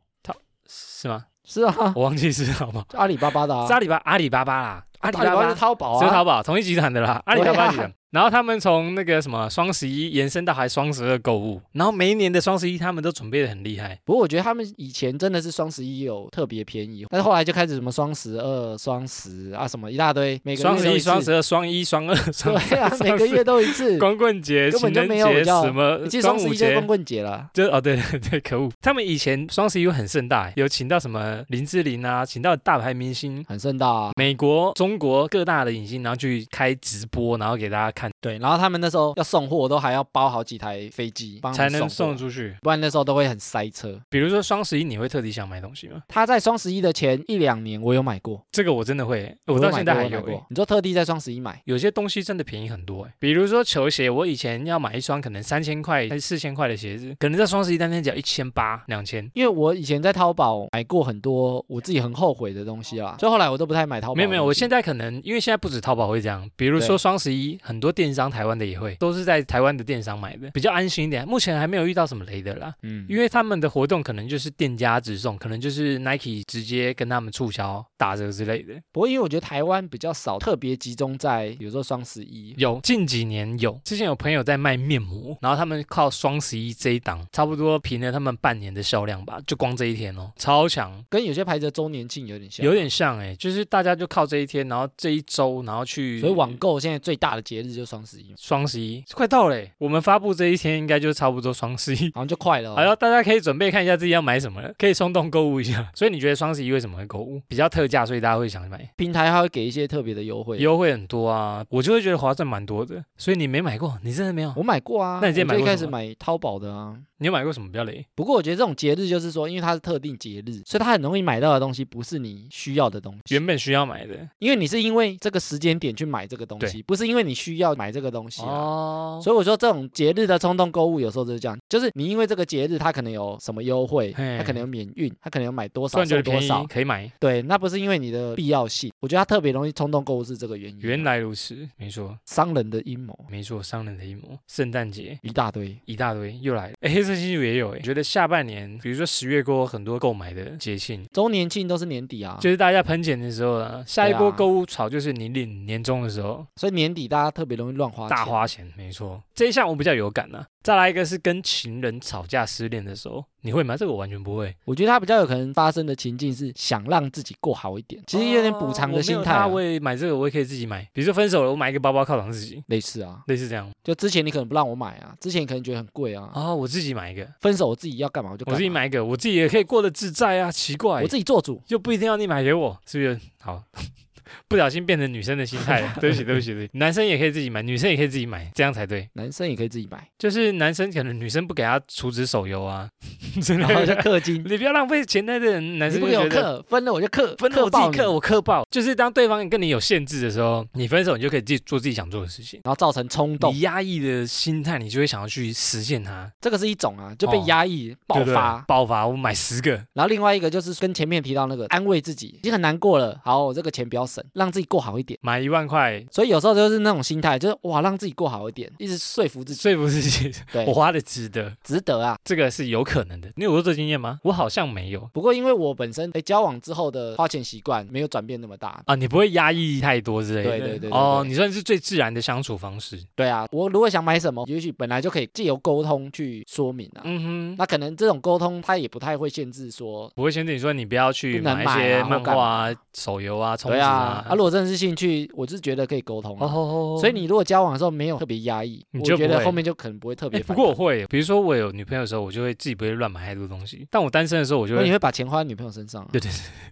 [SPEAKER 1] 是
[SPEAKER 2] [LAUGHS]
[SPEAKER 1] 吗？
[SPEAKER 2] 是啊，
[SPEAKER 1] 我忘记是好吗？
[SPEAKER 2] 就阿里巴巴的啊
[SPEAKER 1] 哦是，阿里巴阿里巴巴啦，阿里
[SPEAKER 2] 阿里
[SPEAKER 1] 巴
[SPEAKER 2] 巴巴
[SPEAKER 1] 巴
[SPEAKER 2] 是淘宝
[SPEAKER 1] 是淘
[SPEAKER 2] 啊，
[SPEAKER 1] 宝同一集团的
[SPEAKER 2] [LAUGHS]
[SPEAKER 1] 啦，阿里巴
[SPEAKER 2] 对
[SPEAKER 1] 巴
[SPEAKER 2] 啊
[SPEAKER 1] 集团。然后他们从那个什么双十一延伸到还双十二购物，然后每一年的双十一他们都准备的很厉害，
[SPEAKER 2] 不过我觉得他们以前真的是双十一有特别便宜，但是后来就开始什么双十二、双十啊什么一大堆，每个月
[SPEAKER 1] 双十
[SPEAKER 2] 都
[SPEAKER 1] 一、
[SPEAKER 2] 一
[SPEAKER 1] 双
[SPEAKER 2] 次
[SPEAKER 1] 十二、双一、双二、 [LAUGHS] 双
[SPEAKER 2] 对啊，每个月都一次，
[SPEAKER 1] [LAUGHS] 光棍节、情
[SPEAKER 2] 根本就
[SPEAKER 1] 人
[SPEAKER 2] 没有
[SPEAKER 1] 节
[SPEAKER 2] 比较
[SPEAKER 1] 什么
[SPEAKER 2] 其
[SPEAKER 1] 端
[SPEAKER 2] 实双
[SPEAKER 1] 午
[SPEAKER 2] 十一就是
[SPEAKER 1] 节
[SPEAKER 2] 光，棍节了。
[SPEAKER 1] 就哦对 [LAUGHS] 对对，可恶！他们以前双十一又很盛大，欸有请到什么林志玲啊，请到大牌明星。
[SPEAKER 2] 很盛大啊，
[SPEAKER 1] 美国、中国各大的影星，然后去开直播，然后给大家看，
[SPEAKER 2] 对，然后他们那时候要送货，都还要包好几台飞机帮
[SPEAKER 1] 才
[SPEAKER 2] 他们
[SPEAKER 1] 能
[SPEAKER 2] 送
[SPEAKER 1] 送
[SPEAKER 2] 货，
[SPEAKER 1] 出去。
[SPEAKER 2] 不然那时候都会很塞车。
[SPEAKER 1] 比如说双十一，你会特地想买东西吗？
[SPEAKER 2] 他在双十一的前一两年，我有买过，
[SPEAKER 1] 这个我真的会，我
[SPEAKER 2] 有
[SPEAKER 1] 到
[SPEAKER 2] 买
[SPEAKER 1] 现在
[SPEAKER 2] 过
[SPEAKER 1] 还
[SPEAKER 2] 我有
[SPEAKER 1] 有
[SPEAKER 2] 买
[SPEAKER 1] 欸
[SPEAKER 2] 过。。你说特地在双十一买，
[SPEAKER 1] 有些东西真的便宜很多欸比如说球鞋，我以前要买一双可能三千块还是四千块的鞋子，可能在双十一当天只要一千八、两千。
[SPEAKER 2] 因为我以前在淘宝买过很多我自己很后悔的东西啊啦，所以后来我都不太买淘宝的东西。
[SPEAKER 1] 没有没有，我现在可能因为现在不止淘宝会这样，比如说
[SPEAKER 2] 对
[SPEAKER 1] 双十一，很多电商台湾的也会，都是在台湾的电商买的，比较安心一点。目前还没有遇到什么雷的啦。
[SPEAKER 2] 嗯，
[SPEAKER 1] 因为他们的活动可能就是店家直送，可能就是 Nike 直接跟他们促销打折之类的。
[SPEAKER 2] 不过因为我觉得台湾比较少，特别集中在比如说双十一，
[SPEAKER 1] 有近几年有，之前有朋友在卖面膜，然后他们靠双十一这一档，差不多平了他们半年的销量吧，就光这一天哦，超强。
[SPEAKER 2] 跟有些牌子的周年庆有点像。
[SPEAKER 1] 有点像哎、就是大家就靠这一天，然后这一周，然后去，
[SPEAKER 2] 所以网购现在最大的节日就双十一嘛，
[SPEAKER 1] 双十一快到嘞、我们发布这一天应该就差不多双十一。
[SPEAKER 2] 好像就快了、哦。
[SPEAKER 1] 好了，大家可以准备看一下自己要买什么了，可以冲动购物一下。 [LAUGHS] 所以你觉得双十一为什么会购物？比较特价，所以大家会想买，
[SPEAKER 2] 平台还会给一些特别的优惠。
[SPEAKER 1] 优惠很多啊，我就会觉得划算蛮多的。所以你没买过，你真的没有
[SPEAKER 2] 我？买过啊，
[SPEAKER 1] 那你之前买
[SPEAKER 2] 我
[SPEAKER 1] 过
[SPEAKER 2] 最开始
[SPEAKER 1] 什么
[SPEAKER 2] 买淘宝的啊。
[SPEAKER 1] 你有买过什么比较雷？
[SPEAKER 2] 不过我觉得这种节日就是说，因为它是特定节日，所以它很容易买到的东西不是你需要的东西，
[SPEAKER 1] 原本需要买的
[SPEAKER 2] 因为你是因为这个时间点去买这个东西，不是因为你需要买这个东西啊。
[SPEAKER 1] 哦，
[SPEAKER 2] 所以我说，这种节日的冲动购物有时候就是这样，就是你因为这个节日，它可能有什么优惠，
[SPEAKER 1] 嘿
[SPEAKER 2] 它可能有免运，它可能有买多
[SPEAKER 1] 突
[SPEAKER 2] 少
[SPEAKER 1] 然觉
[SPEAKER 2] 送
[SPEAKER 1] 得
[SPEAKER 2] 多
[SPEAKER 1] 便
[SPEAKER 2] 少
[SPEAKER 1] 宜，，可以买。
[SPEAKER 2] 对，那不是因为你的必要性。我觉得它特别容易冲动购物是这个原因啊。
[SPEAKER 1] 原来如此，没错，
[SPEAKER 2] 商人的阴谋
[SPEAKER 1] 没错，商人的阴谋，圣诞节
[SPEAKER 2] 一大堆，
[SPEAKER 1] 一大堆又来了，哎，这色星期五也有诶、觉得下半年，比如说十月过后很多购买的节庆，
[SPEAKER 2] 周年庆都是年底啊，
[SPEAKER 1] 就是大家喷钱的时候啊，下一波
[SPEAKER 2] 对啊
[SPEAKER 1] 购物潮就是你领年终的时候
[SPEAKER 2] 所以年底大家特别容易乱花钱。
[SPEAKER 1] 大花钱，没错。这一项我比较有感啊。再来一个是跟情人吵架失恋的时候，你会吗？这个我完全不会，
[SPEAKER 2] 我觉得他比较有可能发生的情境是想让自己过好一点，其实有点补偿的心态啊、
[SPEAKER 1] 哦我没有他我也买这个，我也可以自己买。比如说分手了，我买一个包包犒赏自己，
[SPEAKER 2] 类似啊，
[SPEAKER 1] 类似这样。
[SPEAKER 2] 就之前你可能不让我买啊，之前你可能觉得很贵啊，
[SPEAKER 1] 哦，我自己买一个，
[SPEAKER 2] 分手我自己要干嘛我就
[SPEAKER 1] 我
[SPEAKER 2] 干嘛
[SPEAKER 1] 自己，买一个，我自己也可以过得自在啊，奇怪
[SPEAKER 2] 我，自己做主。
[SPEAKER 1] 又不一定要你买给我，是不是？好， [LAUGHS] 不小心变成女生的心态 [LAUGHS] 了，对不起，对不起，对不起，男生也可以自己买，女生也可以自己买，这样才对。
[SPEAKER 2] 男生也可以自己买，
[SPEAKER 1] 就是男生可能女生不给他储值手游
[SPEAKER 2] [LAUGHS]
[SPEAKER 1] 啊，真
[SPEAKER 2] 然后就
[SPEAKER 1] 的，
[SPEAKER 2] 氪金，
[SPEAKER 1] [LAUGHS] 你不要浪费钱在这，男
[SPEAKER 2] 你
[SPEAKER 1] 生
[SPEAKER 2] 不
[SPEAKER 1] 就
[SPEAKER 2] 给
[SPEAKER 1] 觉
[SPEAKER 2] 我
[SPEAKER 1] 得。
[SPEAKER 2] 氪，分了我就氪，
[SPEAKER 1] 分了我自己
[SPEAKER 2] 爆你
[SPEAKER 1] 氪，我氪爆。就是当对方跟你有限制的时候，你分手，你就可以自己做自己想做的事情。
[SPEAKER 2] 然后造成冲动
[SPEAKER 1] 你，压抑的心态，你就会想要去实现它，
[SPEAKER 2] 这个是一种啊，就被
[SPEAKER 1] 哦
[SPEAKER 2] 压抑、爆
[SPEAKER 1] 对不对
[SPEAKER 2] 发。
[SPEAKER 1] 爆发！我买十个，
[SPEAKER 2] 然后另外一个就是跟前面提到那个安慰自己，已经很难过了，好，我这个钱不要省，让自己过好一点。
[SPEAKER 1] 买一万块，
[SPEAKER 2] 所以有时候就是那种心态，就是哇，让自己过好一点，一直说服自己，
[SPEAKER 1] 说服自己，
[SPEAKER 2] 对
[SPEAKER 1] 我，花的值得，
[SPEAKER 2] 值得啊。
[SPEAKER 1] 这个是有可能的。你有过这经验吗？我好像没有
[SPEAKER 2] 不过因为我本身诶交往之后的花钱习惯没有转变那么大，
[SPEAKER 1] 啊，你不会压抑太多之类的。
[SPEAKER 2] 对对对对
[SPEAKER 1] 哦，
[SPEAKER 2] 对
[SPEAKER 1] 你算是最自然的相处方式。
[SPEAKER 2] 对啊，我如果想买什么，也许本来就可以借由沟通去说明啊。
[SPEAKER 1] 嗯哼。
[SPEAKER 2] 那可能这种沟通，他也不太会限制说，
[SPEAKER 1] 不会先跟你说你不要去
[SPEAKER 2] 不能
[SPEAKER 1] 买一
[SPEAKER 2] 买
[SPEAKER 1] 些
[SPEAKER 2] 啊或
[SPEAKER 1] 漫
[SPEAKER 2] 干
[SPEAKER 1] 画
[SPEAKER 2] 嘛
[SPEAKER 1] 啊、手游啊、充值
[SPEAKER 2] 对啊，啊，
[SPEAKER 1] 哦
[SPEAKER 2] 如果真的是兴趣，我是觉得可以沟通啊、
[SPEAKER 1] 哦
[SPEAKER 2] 所以你如果交往的时候没有特别压抑，
[SPEAKER 1] 嗯你
[SPEAKER 2] 我
[SPEAKER 1] 就
[SPEAKER 2] 觉
[SPEAKER 1] 不
[SPEAKER 2] 得
[SPEAKER 1] 会
[SPEAKER 2] 后面就可能不会特
[SPEAKER 1] 哎、
[SPEAKER 2] 别
[SPEAKER 1] 不
[SPEAKER 2] 反
[SPEAKER 1] 过
[SPEAKER 2] 弹。
[SPEAKER 1] 我会，比如说我有女朋友的时候，我就会自己不会乱买太多东西。但我单身的时候，我就
[SPEAKER 2] 那你
[SPEAKER 1] 会
[SPEAKER 2] 会把钱花在女朋友身上、啊
[SPEAKER 1] [LAUGHS] 对，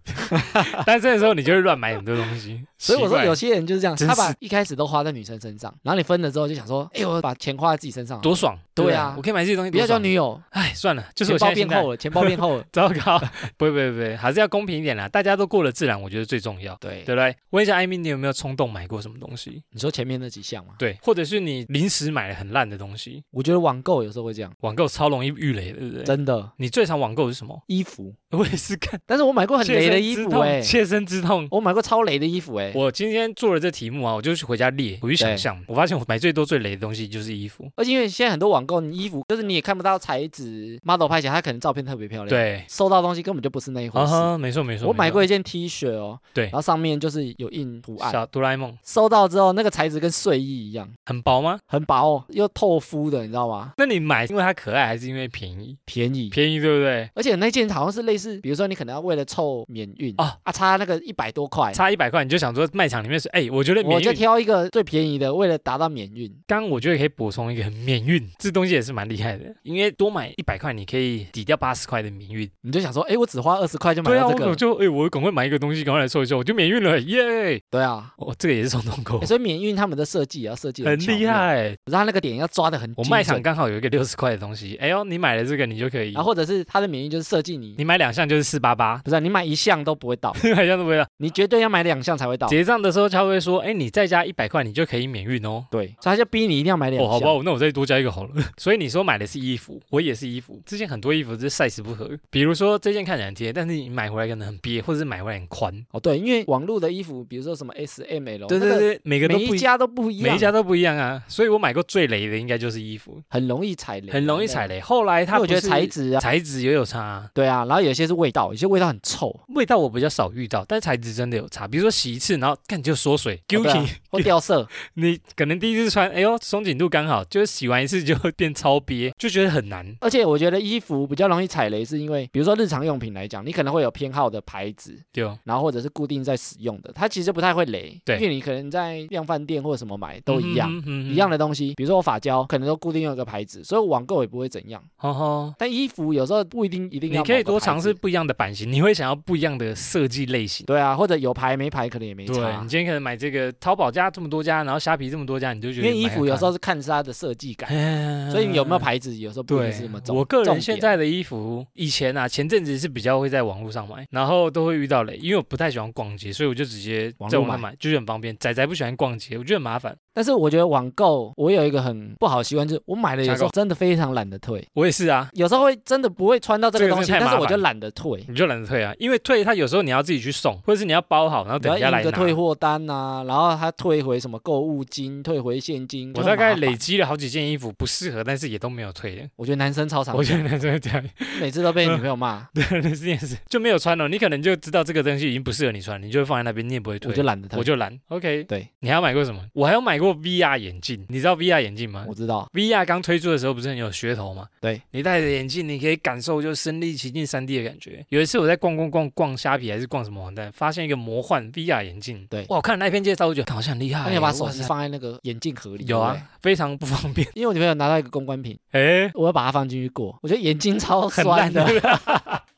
[SPEAKER 1] [LAUGHS] 单身的时候，你就会乱买很多东西。
[SPEAKER 2] 所以我
[SPEAKER 1] 奇
[SPEAKER 2] 说
[SPEAKER 1] 怪
[SPEAKER 2] 有些人就是这样，
[SPEAKER 1] 真
[SPEAKER 2] 他
[SPEAKER 1] 是
[SPEAKER 2] 把一开始都花在女生身上，然后你分了之后就想说，哎、我把钱花在自己身上啊、
[SPEAKER 1] 多爽，
[SPEAKER 2] 对
[SPEAKER 1] 不
[SPEAKER 2] 啊
[SPEAKER 1] 我可以买这些东西
[SPEAKER 2] 不
[SPEAKER 1] 多
[SPEAKER 2] 要
[SPEAKER 1] 爽。
[SPEAKER 2] 交女友，
[SPEAKER 1] 哎，算了，就是我现
[SPEAKER 2] 钱包
[SPEAKER 1] 在
[SPEAKER 2] 变
[SPEAKER 1] 心态。
[SPEAKER 2] 厚了，钱包变厚了
[SPEAKER 1] [LAUGHS] 糟糕，不会不会不会，还是要公平一点啦。大家都过了自然，我觉得最重要，
[SPEAKER 2] 对，
[SPEAKER 1] 对不对？问一下艾米，你有没有冲动买过什么东西？
[SPEAKER 2] 你说前面那几项嘛，
[SPEAKER 1] 对，或者是你临时买了很烂的东西，
[SPEAKER 2] 我觉得网购有时候会这样，
[SPEAKER 1] 网购超容易遇雷的，对不对？
[SPEAKER 2] 真的
[SPEAKER 1] 你最常网购是什么？ [LAUGHS]
[SPEAKER 2] 衣服，
[SPEAKER 1] 我也是
[SPEAKER 2] [LAUGHS]
[SPEAKER 1] 看
[SPEAKER 2] 但是我买过很
[SPEAKER 1] 切
[SPEAKER 2] 雷的
[SPEAKER 1] 身
[SPEAKER 2] 衣
[SPEAKER 1] 之
[SPEAKER 2] 服
[SPEAKER 1] 痛
[SPEAKER 2] 哎、
[SPEAKER 1] 切身之痛。
[SPEAKER 2] 我买过超雷的衣服哎、
[SPEAKER 1] 我今天做了这题目啊，我就去回家列，我去想
[SPEAKER 2] 对
[SPEAKER 1] 象，我发现我买最多最雷的东西就是衣服。
[SPEAKER 2] 而且因为现在很多网购，你衣服就是你也看不到材质，model 拍起来它可能照片特别漂亮，，
[SPEAKER 1] 对，
[SPEAKER 2] 收到东西根本就不是那一回
[SPEAKER 1] 啊
[SPEAKER 2] 事。
[SPEAKER 1] 哈，没错没错。
[SPEAKER 2] 我
[SPEAKER 1] 没
[SPEAKER 2] 买
[SPEAKER 1] 错
[SPEAKER 2] 过一啊件 T 恤哦，
[SPEAKER 1] 对
[SPEAKER 2] 然后上面就是有印图案，
[SPEAKER 1] 小哆啦 A 梦，
[SPEAKER 2] 收到之后那个材质跟睡衣一样，
[SPEAKER 1] 很薄吗？
[SPEAKER 2] 很薄、哦，又透肤的，你知道吗？
[SPEAKER 1] 那你买因为它可爱还是因为便宜？
[SPEAKER 2] 便宜。
[SPEAKER 1] 便宜对不对？
[SPEAKER 2] 而且那件好像是类似，比如说你可能要为了凑免运
[SPEAKER 1] 啊
[SPEAKER 2] 啊啊，差那个一百多块，
[SPEAKER 1] 差一百块你就想说卖场里面是哎、我觉得免
[SPEAKER 2] 哎我就
[SPEAKER 1] 运。
[SPEAKER 2] 挑一个最便宜的，为了达到免运。
[SPEAKER 1] 刚刚我觉得可以补充一个免运，这东西也是蛮厉害的，因为多买一百块你可以抵掉八十块的免运。
[SPEAKER 2] 你就想说，哎，我只花二十块就买
[SPEAKER 1] 对啊，
[SPEAKER 2] 到
[SPEAKER 1] 我
[SPEAKER 2] 这
[SPEAKER 1] 可能
[SPEAKER 2] 个，
[SPEAKER 1] 就哎、我赶快买一个东西，赶快来凑一凑，我就免运了，耶！
[SPEAKER 2] 对啊。
[SPEAKER 1] 哦，这个也是冲动购 [LAUGHS]
[SPEAKER 2] 诶，所以免运他们的设计也要设计得
[SPEAKER 1] 很
[SPEAKER 2] 巧
[SPEAKER 1] 厉
[SPEAKER 2] 妙，
[SPEAKER 1] 害。
[SPEAKER 2] 可是他那个点要抓的很
[SPEAKER 1] 我
[SPEAKER 2] 精
[SPEAKER 1] 卖场
[SPEAKER 2] 准
[SPEAKER 1] 刚好有一个六十块的东西，哎呦，你买了这个你就可以，
[SPEAKER 2] 然后或者是他的免运就是设计你，
[SPEAKER 1] 你买两项就是四八 [LAUGHS] 八，，
[SPEAKER 2] 不是啊、你买一项都不会到
[SPEAKER 1] 两项都不要。
[SPEAKER 2] 你绝对要买两项才会到。
[SPEAKER 1] [LAUGHS] 结账的时候他会说，哎，你再加一百块你就可以免运哦。
[SPEAKER 2] 对，所以他就逼你一定要买两
[SPEAKER 1] 哦，
[SPEAKER 2] 项。
[SPEAKER 1] 好吧，那我再多加一个好了。 [LAUGHS] 所以你说买的是衣服，我也是衣服。之前很多衣服就是 size 不合，比如说这件看起来很贴，但是你买回来可能很憋，或者是买回来很宽。
[SPEAKER 2] 哦，对，因为网络的衣服，比如说什么 S、M、L，哦
[SPEAKER 1] 对对，对，每个
[SPEAKER 2] 那
[SPEAKER 1] 都
[SPEAKER 2] 个每
[SPEAKER 1] 不
[SPEAKER 2] 一
[SPEAKER 1] 一
[SPEAKER 2] 家都不一样，
[SPEAKER 1] 每一家都不一样啊。所以我买过最雷的应该就是衣服，
[SPEAKER 2] 很容易踩雷，
[SPEAKER 1] 很容易踩
[SPEAKER 2] 雷。
[SPEAKER 1] 雷。后来
[SPEAKER 2] 因
[SPEAKER 1] 它
[SPEAKER 2] 为我觉得
[SPEAKER 1] 不是
[SPEAKER 2] 材质啊，
[SPEAKER 1] 材质也有差啊、
[SPEAKER 2] 对啊，然后有些是味道，有些味道很臭，
[SPEAKER 1] 味道我比较少遇到，但材质真的有差。比如说洗一次，然后看就缩水
[SPEAKER 2] 对啊
[SPEAKER 1] ，Gucci，、
[SPEAKER 2] 或掉色。
[SPEAKER 1] [LAUGHS]
[SPEAKER 2] [LAUGHS]
[SPEAKER 1] 你可能第一次穿，哎呦松紧度刚好，就是洗完一次就会变超憋，就觉得很难。
[SPEAKER 2] 而且我觉得衣服比较容易踩雷，是因为比如说日常用品来讲，你可能会有偏好的牌子，
[SPEAKER 1] 对哦，
[SPEAKER 2] 然后或者是固定在使用的，它其实不太会雷。
[SPEAKER 1] 对
[SPEAKER 2] 因为你可能在量贩店或者什么买都一样。
[SPEAKER 1] 嗯哼，
[SPEAKER 2] 一样
[SPEAKER 1] 的，
[SPEAKER 2] 的东西，比如说我发胶，可能都固定用一个牌子，所以网购也不会怎样。
[SPEAKER 1] 哈哈。
[SPEAKER 2] 但衣服有时候不一定一定要
[SPEAKER 1] 哦你可以
[SPEAKER 2] 某个
[SPEAKER 1] 多
[SPEAKER 2] 牌
[SPEAKER 1] 尝试
[SPEAKER 2] 子，
[SPEAKER 1] 不一样的版型，你会想要不一样的设计类型。
[SPEAKER 2] 对啊，或者有牌没牌可能也没
[SPEAKER 1] 对，
[SPEAKER 2] 差
[SPEAKER 1] 你。今天可能买这个淘宝家这么多家，然后虾皮这么多家，你就觉
[SPEAKER 2] 因
[SPEAKER 1] 得
[SPEAKER 2] 为衣服有时候
[SPEAKER 1] 是，
[SPEAKER 2] 是看是它的设计感，
[SPEAKER 1] [LAUGHS] 哎
[SPEAKER 2] 所以你有没有？牌子有时候不一定
[SPEAKER 1] 对
[SPEAKER 2] 是那么，重。
[SPEAKER 1] 我个
[SPEAKER 2] 重
[SPEAKER 1] 人
[SPEAKER 2] 点
[SPEAKER 1] 现在的衣服，以前啊，前阵子是比较会在网络上买，然后都会遇到雷，因为我不太喜欢逛街，所以我就直接
[SPEAKER 2] 网
[SPEAKER 1] 在
[SPEAKER 2] 络
[SPEAKER 1] 网上买，就是很方便。仔仔不喜欢逛街，我觉得很麻烦。
[SPEAKER 2] 但是我觉得网购，我有一个很不好的习惯，就是我买了有时
[SPEAKER 1] 抢
[SPEAKER 2] 候
[SPEAKER 1] 购
[SPEAKER 2] 真的非常懒得退，
[SPEAKER 1] 我也是啊，
[SPEAKER 2] 有时候会真的不会穿到这
[SPEAKER 1] 这
[SPEAKER 2] 个
[SPEAKER 1] 个
[SPEAKER 2] 东西，
[SPEAKER 1] 真的太
[SPEAKER 2] 但是
[SPEAKER 1] 麻
[SPEAKER 2] 我
[SPEAKER 1] 烦
[SPEAKER 2] 就懒得退。
[SPEAKER 1] 你就懒得退啊，因为退它有时候你要自己去送，或者是你要包好，然后
[SPEAKER 2] 你
[SPEAKER 1] 等
[SPEAKER 2] 要
[SPEAKER 1] 人家来
[SPEAKER 2] 印个退
[SPEAKER 1] 拿。
[SPEAKER 2] 货单呐、然后他退回什么购物金，退回现金。
[SPEAKER 1] 我
[SPEAKER 2] 就
[SPEAKER 1] 大
[SPEAKER 2] 很
[SPEAKER 1] 概
[SPEAKER 2] 麻
[SPEAKER 1] 累
[SPEAKER 2] 烦，
[SPEAKER 1] 积了好几件衣服不适合，但是也都没有退的。
[SPEAKER 2] 我觉得男生超常
[SPEAKER 1] 我，觉得真的这样，
[SPEAKER 2] [LAUGHS] 每次都被女朋友骂，
[SPEAKER 1] [LAUGHS] 对，这件事就没有穿了。你可能就知道这个东西已经不适合你穿，你就会放在那边，你也不会退。
[SPEAKER 2] 我就懒得退。
[SPEAKER 1] 我就懒。OK，
[SPEAKER 2] 对，
[SPEAKER 1] 你还有买过什么？我还有买过 VR 眼镜，你知道 VR 眼镜吗
[SPEAKER 2] 我知道，
[SPEAKER 1] ？VR 刚推出的时候不是很有噱头吗？
[SPEAKER 2] 对，
[SPEAKER 1] 你戴着眼镜，你可以感受就是身临其境 3D 的感觉。有一次我在逛逛逛逛虾皮还是逛什么网站，发现一个魔幻 VR 眼镜。
[SPEAKER 2] 对
[SPEAKER 1] 哇，我看了那篇介绍，我觉得好像很厉害、
[SPEAKER 2] 那
[SPEAKER 1] 欸。
[SPEAKER 2] 你要把手
[SPEAKER 1] 哇
[SPEAKER 2] 机
[SPEAKER 1] 塞
[SPEAKER 2] 放在那个眼镜盒里。
[SPEAKER 1] 有
[SPEAKER 2] 对不对，
[SPEAKER 1] 啊，非常不方
[SPEAKER 2] [LAUGHS]
[SPEAKER 1] 便。
[SPEAKER 2] 因为我女朋友拿到一个公关品，
[SPEAKER 1] 哎、
[SPEAKER 2] 我要把它放进去过，我觉得眼睛超
[SPEAKER 1] 很
[SPEAKER 2] 酸
[SPEAKER 1] 烂
[SPEAKER 2] 的，
[SPEAKER 1] 的。
[SPEAKER 2] [LAUGHS]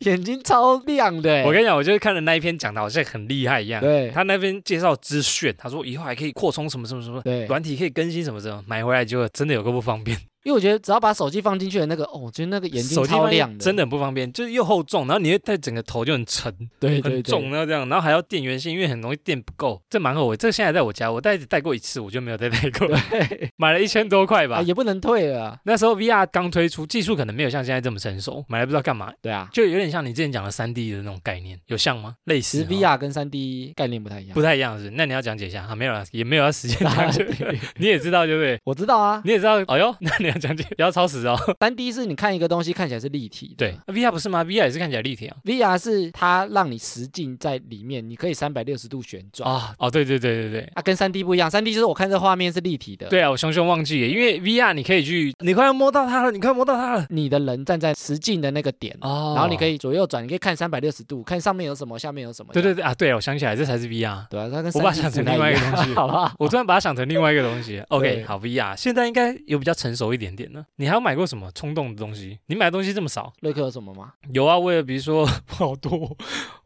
[SPEAKER 2] 眼睛超亮的、
[SPEAKER 1] 我跟你讲，我就是看了那一篇讲的好像很厉害一样。
[SPEAKER 2] 对
[SPEAKER 1] 他那边介绍资讯，他说以后还可以扩充什么什么什么。
[SPEAKER 2] 对，
[SPEAKER 1] 软体可以更新什么什么，买回来就真的有个不方便，
[SPEAKER 2] 因为我觉得只要把手机放进去的那个，哦，我觉得那个眼睛
[SPEAKER 1] 手机
[SPEAKER 2] 超
[SPEAKER 1] 放进
[SPEAKER 2] 亮的，
[SPEAKER 1] 真的很不方便，就是又厚重，然后你会带整个头就很沉
[SPEAKER 2] 对对
[SPEAKER 1] 很重，
[SPEAKER 2] 对，
[SPEAKER 1] 然后这样，然后还要电源线，因为很容易电不够，这蛮后悔。这个现在在我家，我带带过一次，我就没有再带过了，买了一千多块吧。
[SPEAKER 2] 啊也不能退了啊，
[SPEAKER 1] 那时候 VR 刚推出，技术可能没有像现在这么成熟，买来不知道干嘛，
[SPEAKER 2] 对啊。
[SPEAKER 1] 就有点像你之前讲的3 D 的那种概念，有像吗？类似
[SPEAKER 2] 其实
[SPEAKER 1] 哦
[SPEAKER 2] VR 跟 3D 概念不太一样
[SPEAKER 1] 不，太一样是不是？那你要讲解一下啊？没有了，也没有要时间讲解，你也知道啊对不对？
[SPEAKER 2] 我知道啊，
[SPEAKER 1] 你也知道，哎呦，那你要讲解，不要超时哦。
[SPEAKER 2] 3 D 是你看一个东西看起来是立体的，
[SPEAKER 1] 对。，VR 啊不是吗？VR 也是看起来立体啊。
[SPEAKER 2] VR 是它让你实境在里面，你可以三百六十度旋转。
[SPEAKER 1] 啊、哦，对对对对对。
[SPEAKER 2] 啊，跟3 D 不一样，3 D 就是我看这画面是立体的，，
[SPEAKER 1] 对啊，我熊熊忘记了，因为 VR 你可以去，你快要摸到它了，你快要摸到它了
[SPEAKER 2] 你的人站在实境的那个点，
[SPEAKER 1] 哦
[SPEAKER 2] 然后你可
[SPEAKER 1] 以，
[SPEAKER 2] 以左右转，你可以看三百六十度，看上面有什么，下面有什么。
[SPEAKER 1] 对
[SPEAKER 2] 这样
[SPEAKER 1] 对对啊，对，我想起来，这才是 VR。
[SPEAKER 2] 对啊，它跟
[SPEAKER 1] 我把它
[SPEAKER 2] 3D
[SPEAKER 1] 想成
[SPEAKER 2] 不太
[SPEAKER 1] 另外一个
[SPEAKER 2] 样
[SPEAKER 1] 东西
[SPEAKER 2] [LAUGHS] 好不好？
[SPEAKER 1] 我突然把它想成另外一个东 [LAUGHS] 西。
[SPEAKER 2] 对
[SPEAKER 1] OK，好，VR 现在应该有比较成熟一点点了。你还有买过什么冲动的东西？你买的东西这么少？
[SPEAKER 2] 瑞克有什么吗？
[SPEAKER 1] 有啊，我也比如说 [LAUGHS] 好多，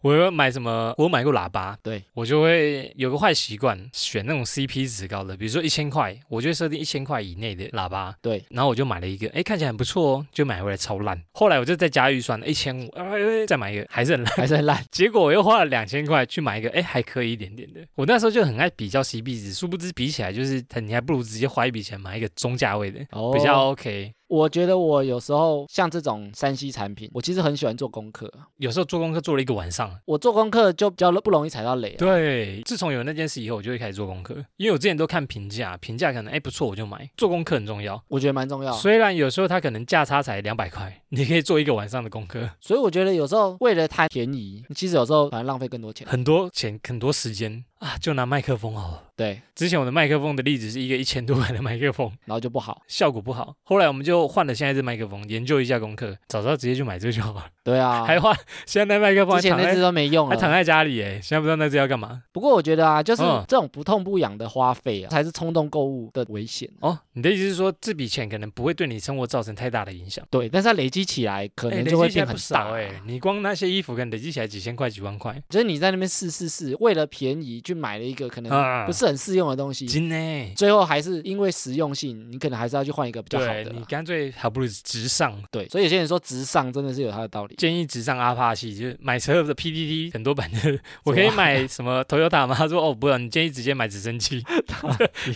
[SPEAKER 1] 我有买什么？我有买过喇叭，
[SPEAKER 2] 对
[SPEAKER 1] 我就会有个坏习惯，选那种 CP 值高的，比如说一千块，我就会设定一千块以内的喇叭。
[SPEAKER 2] 对，
[SPEAKER 1] 然后我就买了一个，哎，看起来很不错哦，就买回来超烂。后来我就再加预算了一千五，哎，再买一个还是很烂。
[SPEAKER 2] 还是
[SPEAKER 1] [LAUGHS]
[SPEAKER 2] 很烂。
[SPEAKER 1] 结果我又花了两千块去买一个，哎，还可以一点点的。我那时候就很爱比较 CP 值，殊不知比起来就是，你还不如直接花一笔钱买一个中价位的，
[SPEAKER 2] 哦
[SPEAKER 1] 比较 OK。
[SPEAKER 2] 我觉得我有时候像这种山西产品，我其实很喜欢做功课。
[SPEAKER 1] 有时候做功课做了一个晚上，
[SPEAKER 2] 我做功课就比较不容易踩到雷、啊。
[SPEAKER 1] 对，自从有那件事以后，我就会开始做功课，因为我之前都看评价，评价可能哎不错我就买，做功课很重要。
[SPEAKER 2] 我觉得蛮重要，
[SPEAKER 1] 虽然有时候它可能价差才两百块，你可以做一个晚上的功课，
[SPEAKER 2] 所以我觉得有时候为了贪便宜，其实有时候反而浪费更多钱。
[SPEAKER 1] 很多钱很多时间啊。就拿麦克风好了，
[SPEAKER 2] 对，
[SPEAKER 1] 之前我的麦克风的例子是一个一千多块的麦克风，
[SPEAKER 2] 然后就不好。
[SPEAKER 1] 效果不好，后来我们就换了现在这麦克风，研究一下功课，早知道直接就买这个就好了，
[SPEAKER 2] 对啊，
[SPEAKER 1] 还花现在那麦克风还
[SPEAKER 2] 之前
[SPEAKER 1] 躺
[SPEAKER 2] 那只
[SPEAKER 1] 在
[SPEAKER 2] 都没用
[SPEAKER 1] 还躺
[SPEAKER 2] 了。
[SPEAKER 1] 在家里哎，现在不知道那只要干嘛。
[SPEAKER 2] 不过我觉得啊，就是
[SPEAKER 1] 嗯
[SPEAKER 2] 这种不痛不痒的花费啊，才是冲动购物的危险。
[SPEAKER 1] 哦，你的意思是说这笔钱可能不会对你生活造成太大的影响？
[SPEAKER 2] 对，但是它累积起来可
[SPEAKER 1] 哎
[SPEAKER 2] 能
[SPEAKER 1] 累
[SPEAKER 2] 就会
[SPEAKER 1] 积起来
[SPEAKER 2] 变很
[SPEAKER 1] 不
[SPEAKER 2] 大啊
[SPEAKER 1] 少哎、你光那些衣服可能累积起来几千块、几万块
[SPEAKER 2] 就是你在那边试试试，为了便宜去买了一个可能
[SPEAKER 1] 啊，
[SPEAKER 2] 嗯不是很适用的东西，
[SPEAKER 1] 金呢？
[SPEAKER 2] 最后还是因为实用性，你可能还是要去换一个比较好
[SPEAKER 1] 对
[SPEAKER 2] 的
[SPEAKER 1] 你
[SPEAKER 2] 啦。
[SPEAKER 1] 干脆还不如直上，
[SPEAKER 2] 对，所以有些人说直上真的是有它的道理。
[SPEAKER 1] 建议直上阿帕系，就是买车的 PDD 很多版的，我可
[SPEAKER 2] 什
[SPEAKER 1] 以
[SPEAKER 2] 么
[SPEAKER 1] 买什么 Toyota 吗？他说哦，不要，你建议直接买直升
[SPEAKER 2] [LAUGHS]
[SPEAKER 1] 机， [LAUGHS]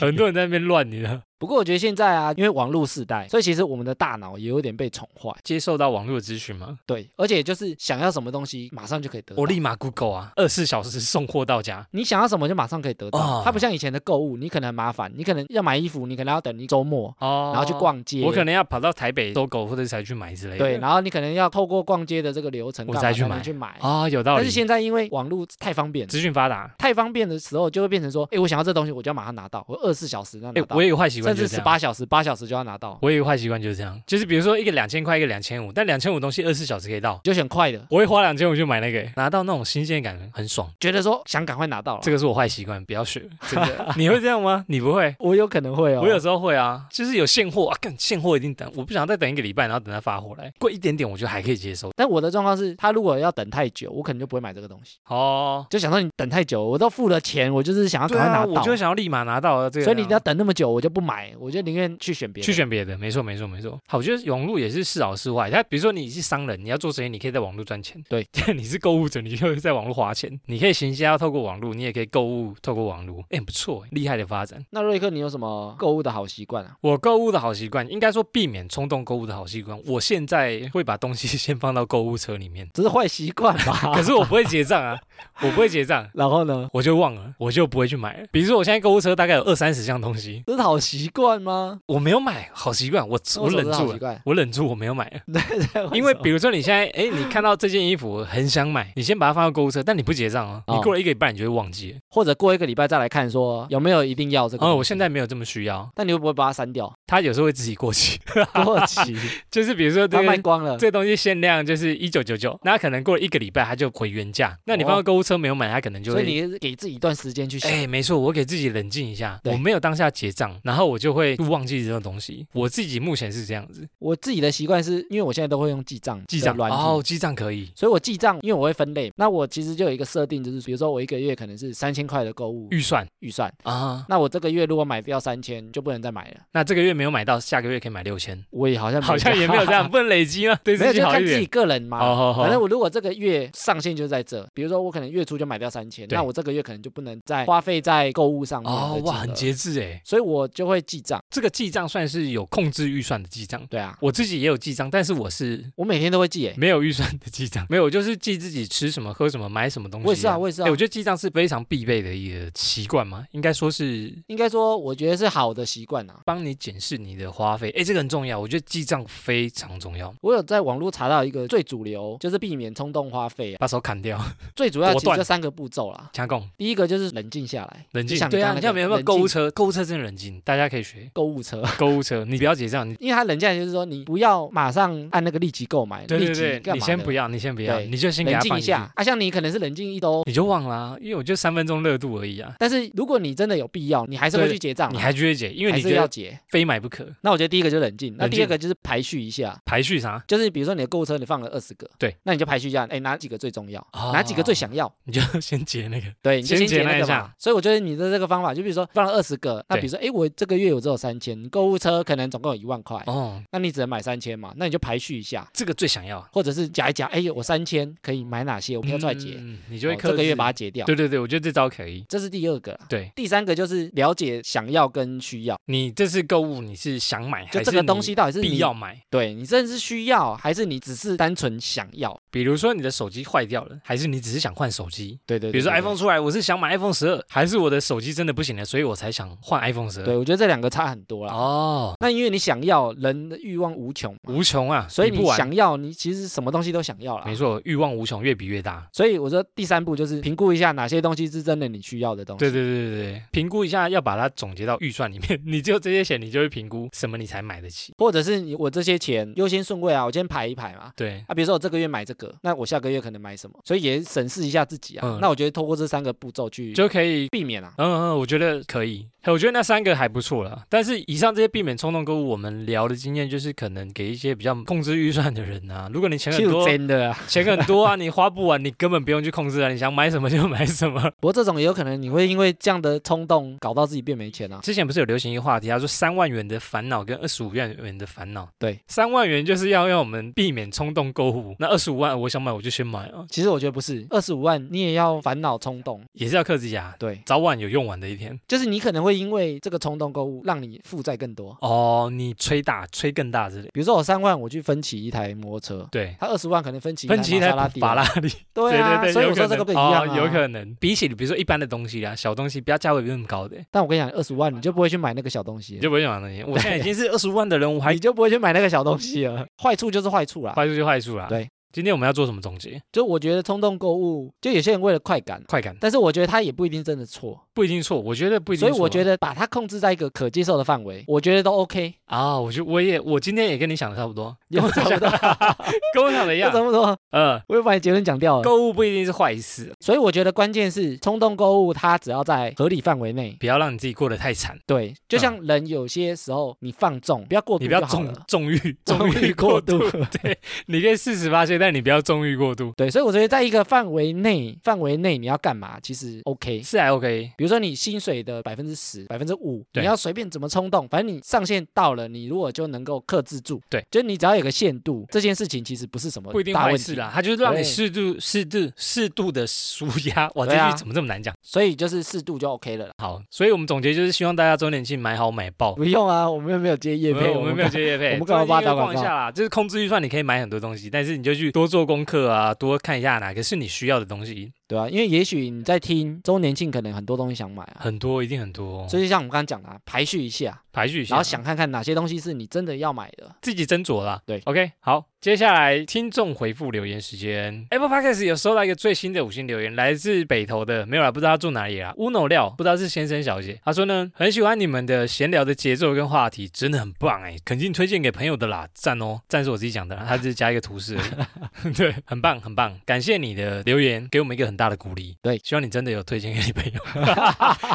[SPEAKER 1] 很多人在那边乱，你知道，
[SPEAKER 2] 不过我觉得现在啊，因为网络时代，所以其实我们的大脑也有点被宠坏。
[SPEAKER 1] 接受到网络的资讯吗？
[SPEAKER 2] 对，而且就是想要什么东西，马上就可以得到。
[SPEAKER 1] 我立马 Google 啊，二十四小时送货到家。
[SPEAKER 2] 你想要什么就马上可以得到，
[SPEAKER 1] 哦
[SPEAKER 2] 它不像以前的购物，你可能很麻烦，你可能要买衣服，你可能要等一周末，
[SPEAKER 1] 哦，
[SPEAKER 2] 然后去，逛街，
[SPEAKER 1] 我可能要跑到台北搜狗或者才去买之类的。
[SPEAKER 2] 对，然后你可能要透过逛街的这个流程，
[SPEAKER 1] 我
[SPEAKER 2] 干嘛
[SPEAKER 1] 才去
[SPEAKER 2] 能
[SPEAKER 1] 买
[SPEAKER 2] 去买。
[SPEAKER 1] 哦，有道理。
[SPEAKER 2] 但是现在因为网络太方便了，
[SPEAKER 1] 资讯发达，
[SPEAKER 2] 太方便的时候，就会变成说，哎，我想要这东西，我就要马上拿到，我二十四小时要
[SPEAKER 1] 哎
[SPEAKER 2] 拿，到
[SPEAKER 1] 我，也有坏习惯，
[SPEAKER 2] 甚
[SPEAKER 1] 就是
[SPEAKER 2] 至
[SPEAKER 1] 这
[SPEAKER 2] 十
[SPEAKER 1] 样
[SPEAKER 2] 八小时、八小时就要拿到，
[SPEAKER 1] 我有一个坏习惯就是这样，就是比如说一个两千块，一个两千五，但两千五东西二十四小时可以到，
[SPEAKER 2] 就选快的，
[SPEAKER 1] 我会花两千五去买那个，拿到那种新鲜感很爽。
[SPEAKER 2] 觉得说想赶快拿到了。
[SPEAKER 1] 这个是我坏习惯，不要 [LAUGHS] 学。真的，你会这样吗？你不会。
[SPEAKER 2] 我有可能会哦，
[SPEAKER 1] 我有时候会啊，就是有现货啊，干现货一定等，我不想再等一个礼拜，然后等它发货来，贵一点点我觉得还可以接受。
[SPEAKER 2] 但我的状况是，他如果要等太久，我可能就不会买这个东西，
[SPEAKER 1] 哦，
[SPEAKER 2] 就想说你等太久，我都付了钱，我就是想要赶
[SPEAKER 1] 对
[SPEAKER 2] 快
[SPEAKER 1] 啊，
[SPEAKER 2] 拿
[SPEAKER 1] 我
[SPEAKER 2] 到，
[SPEAKER 1] 就想要立马拿到这个，
[SPEAKER 2] 所以你要等那么久，我就不买买，我就宁愿去选别的。
[SPEAKER 1] 去选别的，没错没错没错。好，我觉得网络也是是好是坏。它比如说你是商人，你要做生意，你可以在网络赚钱；
[SPEAKER 2] 对，
[SPEAKER 1] 你是购物者，你就是在网络花钱。你可以行销透过网络，你也可以购物透过网络，哎，很不错，厉害的发展。
[SPEAKER 2] 那瑞克，你有什么购物的好习惯啊？
[SPEAKER 1] 我购物的好习惯，应该说避免冲动购物的好习惯。我现在会把东西先放到购物车里 [LAUGHS] 面，
[SPEAKER 2] 这是坏习惯吧
[SPEAKER 1] [LAUGHS] 可？是我不会结账啊，我不会结账。
[SPEAKER 2] 然后呢？
[SPEAKER 1] 我就忘了，我就不会去买了。比如说，我现在购物车大概有二三十项东西，
[SPEAKER 2] 这是好习惯吗？
[SPEAKER 1] 我没有买，好习惯，我
[SPEAKER 2] 那
[SPEAKER 1] 我
[SPEAKER 2] 为什么
[SPEAKER 1] 忍
[SPEAKER 2] 是好
[SPEAKER 1] 住
[SPEAKER 2] 习
[SPEAKER 1] 了，，
[SPEAKER 2] 惯
[SPEAKER 1] [LAUGHS] 我忍住，我没有买了。啊因
[SPEAKER 2] 为
[SPEAKER 1] 为
[SPEAKER 2] 什么
[SPEAKER 1] 比如说你现在，哎，你看到这件衣服很想买，你先把它放到购物车，但你不结账哦，
[SPEAKER 2] 哦
[SPEAKER 1] 你过了一个礼拜你就会忘记了。
[SPEAKER 2] 或者过一个礼拜再来看，说有没有一定要这个。
[SPEAKER 1] 哦，我现，在没有这么需要，
[SPEAKER 2] 但你会不会把它删
[SPEAKER 1] [LAUGHS]
[SPEAKER 2] 掉？
[SPEAKER 1] 它有时候会自己过期。 [LAUGHS]
[SPEAKER 2] 过期，
[SPEAKER 1] 就是比如说这
[SPEAKER 2] 它卖
[SPEAKER 1] 个
[SPEAKER 2] 光了。
[SPEAKER 1] 这东西限量就是一九九九，那可能过了一个礼拜它就回原价，那你放到购物车没有买，它可能就
[SPEAKER 2] 哦所以
[SPEAKER 1] 会。
[SPEAKER 2] 你给自己一段时间去想。
[SPEAKER 1] 哎、没错，我给自己冷静一下，
[SPEAKER 2] 对
[SPEAKER 1] 我没有当下结账，然后我就会忘记这种东西。我自己目前是这样子，
[SPEAKER 2] 我自己的习惯是因为我现在都会用记账
[SPEAKER 1] 记账
[SPEAKER 2] 的软体。
[SPEAKER 1] 哦，记账可以，
[SPEAKER 2] 所以我记账，因为我会分类。那我其实就有一个设定，就是比如说我一个月可能是三千块的购物
[SPEAKER 1] 预算
[SPEAKER 2] 预算，
[SPEAKER 1] 啊。
[SPEAKER 2] 那我这个月如果买掉三千，就不能再买了。
[SPEAKER 1] 那这个月没有买到，下个月可以买六千，
[SPEAKER 2] 我也好像
[SPEAKER 1] 好像也没有这
[SPEAKER 2] [LAUGHS]
[SPEAKER 1] 样，， [LAUGHS] 不能累积吗？对
[SPEAKER 2] 没有
[SPEAKER 1] 自己
[SPEAKER 2] 就
[SPEAKER 1] 好
[SPEAKER 2] 看
[SPEAKER 1] 一
[SPEAKER 2] 自己
[SPEAKER 1] 点。哦
[SPEAKER 2] 个人嘛。
[SPEAKER 1] 好好好
[SPEAKER 2] 反正我如果这个月上限就在这，比如说我可能月初就买掉三千，
[SPEAKER 1] 对
[SPEAKER 2] 那我这个月可能就不能再花费在购物上面的
[SPEAKER 1] 哦，
[SPEAKER 2] 金额
[SPEAKER 1] 哇，很节制哎，
[SPEAKER 2] 所以我就会记账。
[SPEAKER 1] 这个记账算是有控制预算的记账。
[SPEAKER 2] 对啊，
[SPEAKER 1] 我自己也有记账，但是我是
[SPEAKER 2] 我每天都会记诶。
[SPEAKER 1] 没有预算的记账，没有，我就是记自己吃什么、喝什么、买什么东西、
[SPEAKER 2] 我也是啊，我也是啊
[SPEAKER 1] 哎，我。觉得记账是非常必备的一个习惯嘛，应该说是
[SPEAKER 2] 应该说，我觉得是好的习惯啊。
[SPEAKER 1] 帮你检视你的花费，哎，这个很重要，我觉得记账非常重要，
[SPEAKER 2] 我有在网络查到一个最主流，就是避免冲动花费啊。
[SPEAKER 1] 把手砍掉， [LAUGHS]
[SPEAKER 2] 最主要
[SPEAKER 1] 果
[SPEAKER 2] 其实
[SPEAKER 1] 断
[SPEAKER 2] 这三个步骤啦。
[SPEAKER 1] 加工，
[SPEAKER 2] 第一个就是冷静下来，
[SPEAKER 1] 冷静
[SPEAKER 2] 就，像
[SPEAKER 1] 对啊，
[SPEAKER 2] 你
[SPEAKER 1] 你
[SPEAKER 2] 刚
[SPEAKER 1] 看
[SPEAKER 2] 刚那个
[SPEAKER 1] 有没有购物车？购物车真的冷静，大家可以学
[SPEAKER 2] 购物车， [LAUGHS]
[SPEAKER 1] 购物车，你不要结账，你
[SPEAKER 2] 因为它冷静下来就是说你不要马上按那个立即购买，
[SPEAKER 1] 对对
[SPEAKER 2] 立即
[SPEAKER 1] 对，
[SPEAKER 2] 干
[SPEAKER 1] 你
[SPEAKER 2] 嘛
[SPEAKER 1] 先
[SPEAKER 2] 的
[SPEAKER 1] 不要，你先不要，
[SPEAKER 2] 对
[SPEAKER 1] 你就先给
[SPEAKER 2] 冷
[SPEAKER 1] 它
[SPEAKER 2] 静
[SPEAKER 1] 放
[SPEAKER 2] 一
[SPEAKER 1] 进去
[SPEAKER 2] 下，啊，像你可能是冷静一周，
[SPEAKER 1] 你就忘啦、因为我就三分钟热度而已啊。
[SPEAKER 2] 但是如果你真的有必要，你还是会
[SPEAKER 1] 对
[SPEAKER 2] 去结账啊，
[SPEAKER 1] 你还觉得解，因为
[SPEAKER 2] 还
[SPEAKER 1] 你
[SPEAKER 2] 是
[SPEAKER 1] 觉
[SPEAKER 2] 要
[SPEAKER 1] 得
[SPEAKER 2] 结。
[SPEAKER 1] 非买不可，
[SPEAKER 2] 那我觉得第一个就是冷静，那
[SPEAKER 1] 冷
[SPEAKER 2] 第
[SPEAKER 1] 静
[SPEAKER 2] 二个就是排序一下。
[SPEAKER 1] 排序啥？
[SPEAKER 2] 就是比如说你的购物车你放了二十个，
[SPEAKER 1] 对，
[SPEAKER 2] 那你就排序一下，哎，哪几个最重要，
[SPEAKER 1] 哦
[SPEAKER 2] 哪几个最想要，
[SPEAKER 1] 你就 [LAUGHS] 先结那个，
[SPEAKER 2] 对，你就
[SPEAKER 1] 先
[SPEAKER 2] 结
[SPEAKER 1] 结那
[SPEAKER 2] 那
[SPEAKER 1] 一
[SPEAKER 2] 个
[SPEAKER 1] 下
[SPEAKER 2] 嘛。所以我觉得你的这个方法，就比如说放了二十个，那
[SPEAKER 1] 对
[SPEAKER 2] 比如说，哎，我这个月我只有三千，购物车可能总共有一万块，
[SPEAKER 1] 哦，
[SPEAKER 2] 那你只能买三千嘛，那你就排序一下，
[SPEAKER 1] 这个最想要，
[SPEAKER 2] 或者是夹一夹，哎，我三千可以买哪些，我挑出来结，
[SPEAKER 1] 嗯你就会
[SPEAKER 2] 哦
[SPEAKER 1] 克制、
[SPEAKER 2] 这个月把它结掉。
[SPEAKER 1] 对对对，我觉得这招可以。
[SPEAKER 2] 这是第二个啊。
[SPEAKER 1] 对
[SPEAKER 2] 第三个就是了解想要跟需要，
[SPEAKER 1] 你这次购物，你是想买
[SPEAKER 2] 就
[SPEAKER 1] 还
[SPEAKER 2] 这
[SPEAKER 1] 是
[SPEAKER 2] 个
[SPEAKER 1] 你
[SPEAKER 2] 东西到底是
[SPEAKER 1] 必
[SPEAKER 2] 你
[SPEAKER 1] 要，买？
[SPEAKER 2] 对你真的是需要，还是你只是单纯想要？
[SPEAKER 1] 比如说你的手机坏掉了，还是你只是想换手机？
[SPEAKER 2] 对对对
[SPEAKER 1] 比如说
[SPEAKER 2] 对
[SPEAKER 1] iPhone 出来，我是想买 iPhone 十二，还是我的手机真的不行了，所以我才想换 iPhone 十
[SPEAKER 2] 对
[SPEAKER 1] 二？
[SPEAKER 2] 对，我觉得这两个差很多啦。
[SPEAKER 1] 哦，
[SPEAKER 2] 那因为你想要，人的欲望无穷嘛，
[SPEAKER 1] 无穷啊，
[SPEAKER 2] 所以
[SPEAKER 1] 比
[SPEAKER 2] 你
[SPEAKER 1] 不完。
[SPEAKER 2] 想要，你其实什么东西都想要啦。
[SPEAKER 1] 没。错，欲望无穷，越比越大。
[SPEAKER 2] 所以我说第三步就是评估一下哪些东西是真的你需要的东西。
[SPEAKER 1] 对对对对对，评估一下，要把它总结到预算里面。 [LAUGHS] 你只有这些钱，你就会评估什么你才买得起。
[SPEAKER 2] 或者是你我这些钱优先顺位啊，我先排一排嘛。
[SPEAKER 1] 对，
[SPEAKER 2] 啊，比如说我这个月买这个，那我下个月可能买什么，所以也审视一下自己啊。
[SPEAKER 1] 嗯
[SPEAKER 2] 那我觉得透过这三个步骤去
[SPEAKER 1] 就可以。
[SPEAKER 2] 避免啊，
[SPEAKER 1] 嗯嗯，我觉得可以，我觉得那三个还不错啦。但是以上这些避免冲动购物，我们聊的经验就是可能给一些比较控制预算的人啊。如果你钱很
[SPEAKER 2] 就
[SPEAKER 1] 多，
[SPEAKER 2] 真的啊。
[SPEAKER 1] 钱很多啊，你花不完，你根本不用去控制啊，你想买什么就买什么。
[SPEAKER 2] 不过这种也有可能你会因为这样的冲动搞到自己变没钱啊。
[SPEAKER 1] 之前不是有流行一个话题，他说三万元的烦恼跟二十五万元的烦恼。
[SPEAKER 2] 对，
[SPEAKER 1] 三万元就是要让我们避免冲动购物，那二十五万我想买我就先买啊，
[SPEAKER 2] 其实我觉得不是，二十五万你也要烦恼冲动。
[SPEAKER 1] 也是要克制一下，
[SPEAKER 2] 对，
[SPEAKER 1] 早晚有用完的一天。
[SPEAKER 2] 就是你可能会因为这个冲动购物，让你负债更多。
[SPEAKER 1] 哦，你吹大吹更大之类。
[SPEAKER 2] 比如说我三万，我去分期一台摩托车，
[SPEAKER 1] 对，
[SPEAKER 2] 他二十万可能分期
[SPEAKER 1] 喷漆
[SPEAKER 2] 一
[SPEAKER 1] 一台
[SPEAKER 2] 玛莎拉蒂啊
[SPEAKER 1] 法拉利，
[SPEAKER 2] 对啊，
[SPEAKER 1] 对对对，
[SPEAKER 2] 所以
[SPEAKER 1] 有
[SPEAKER 2] 我说
[SPEAKER 1] 可
[SPEAKER 2] 这
[SPEAKER 1] 能
[SPEAKER 2] 个不一样、啊
[SPEAKER 1] 哦有。可能。比起比如说一般的东西啊，小东西，不要价位不是那么高的，
[SPEAKER 2] 但我跟你讲，二十万你就不会去买那个小东西
[SPEAKER 1] 你
[SPEAKER 2] 了，
[SPEAKER 1] 就不会想那些。我现在已经是二十万的人，我还
[SPEAKER 2] [LAUGHS] 你就不会去买那个小东西了。坏处就是坏处啦，
[SPEAKER 1] 坏处就坏处啦。
[SPEAKER 2] 对，
[SPEAKER 1] 今天我们要做什么总结？
[SPEAKER 2] 就我觉得冲动购物，就有些人为了快感，
[SPEAKER 1] 快感
[SPEAKER 2] 但是我觉得他也不一定真的错。
[SPEAKER 1] 不一定错，我觉得不一定
[SPEAKER 2] 所
[SPEAKER 1] 错
[SPEAKER 2] 以
[SPEAKER 1] 啊。
[SPEAKER 2] 我觉得把它控制在一个可接受的范围，我觉得都
[SPEAKER 1] [LAUGHS]
[SPEAKER 2] OK。
[SPEAKER 1] 啊，我就我也我今天也跟你想的差不多，
[SPEAKER 2] 有
[SPEAKER 1] 跟我
[SPEAKER 2] 差不
[SPEAKER 1] 想
[SPEAKER 2] 多，
[SPEAKER 1] [LAUGHS] 跟我想的一
[SPEAKER 2] 有
[SPEAKER 1] 样
[SPEAKER 2] [LAUGHS] 差。不多，
[SPEAKER 1] 嗯，
[SPEAKER 2] 我又把你结论讲掉了。
[SPEAKER 1] 购物不一定是坏事，
[SPEAKER 2] 所以我觉得关键是冲动购物，它只要在合理范围内，
[SPEAKER 1] 不要让你自己过得太惨，
[SPEAKER 2] 对，就像人有些时候你放纵，不要过度
[SPEAKER 1] 嗯你不要
[SPEAKER 2] 就好
[SPEAKER 1] 纵
[SPEAKER 2] 了。
[SPEAKER 1] 纵欲，
[SPEAKER 2] [LAUGHS] 纵
[SPEAKER 1] 纵
[SPEAKER 2] 欲
[SPEAKER 1] 欲
[SPEAKER 2] 过
[SPEAKER 1] 过
[SPEAKER 2] 度
[SPEAKER 1] [LAUGHS] 度。对，你可以四十八岁，但但你不要纵欲过度，
[SPEAKER 2] 对，所以我觉得在一个范围内，范围内你要干嘛，其实 OK。
[SPEAKER 1] 是还 OK。
[SPEAKER 2] 比如说你薪水的百分之十、百分之五，你
[SPEAKER 1] 对
[SPEAKER 2] 要随便怎么冲动，反正你上限到了，你如果就能够克制住，
[SPEAKER 1] 对，
[SPEAKER 2] 就是你只要有个限度，这件事情其实不是什么
[SPEAKER 1] 不一定
[SPEAKER 2] 大
[SPEAKER 1] 坏
[SPEAKER 2] 问
[SPEAKER 1] 事
[SPEAKER 2] 题
[SPEAKER 1] 啦，。它就是让
[SPEAKER 2] 对
[SPEAKER 1] 你适度、适度、适度的舒
[SPEAKER 2] [LAUGHS]
[SPEAKER 1] 压。哇，这
[SPEAKER 2] 对啊
[SPEAKER 1] 句怎么这么难讲？
[SPEAKER 2] 所以就是适度就 OK 了啦。
[SPEAKER 1] 好，所以我们总结就是希望大家周年庆买好买爆。
[SPEAKER 2] 不用啊，我们又没有接业
[SPEAKER 1] 我
[SPEAKER 2] 配，
[SPEAKER 1] 们我们没有接业配，
[SPEAKER 2] [LAUGHS] 我们干嘛帮他
[SPEAKER 1] 大
[SPEAKER 2] 打
[SPEAKER 1] 家
[SPEAKER 2] 广告
[SPEAKER 1] 逛一下啦，就是控制预算，你可以买很多东西，但是你就去多做功课啊，多看一下哪个是你需要的东西，
[SPEAKER 2] 对啊，因为也许你在听周年庆，可能很多东西想买啊，
[SPEAKER 1] 很多一定很多，哦
[SPEAKER 2] 所以就像我们刚刚讲的、啊，排序一下，
[SPEAKER 1] 排序一啊下，
[SPEAKER 2] 然后想看看哪些东西是你真的要买的。
[SPEAKER 1] 自己斟酌啦。
[SPEAKER 2] 对
[SPEAKER 1] ，OK，好，接下来听众回复留言时间。Apple Podcast 有收到一个最新的五星留言，来自北投的，没有啦，不知道他住哪里啦。乌脑料，不知道是先生小姐。他说呢，很喜欢你们的闲聊的节奏跟话题，真的很棒哎，肯定推荐给朋友的啦，赞哦，赞是我自己讲的
[SPEAKER 2] [LAUGHS]
[SPEAKER 1] 啦，他只是加一个图示而已。对，很棒很棒，感谢你的留言，给我们一个很大的鼓励。
[SPEAKER 2] 对
[SPEAKER 1] 希望你真的有推荐给你朋友。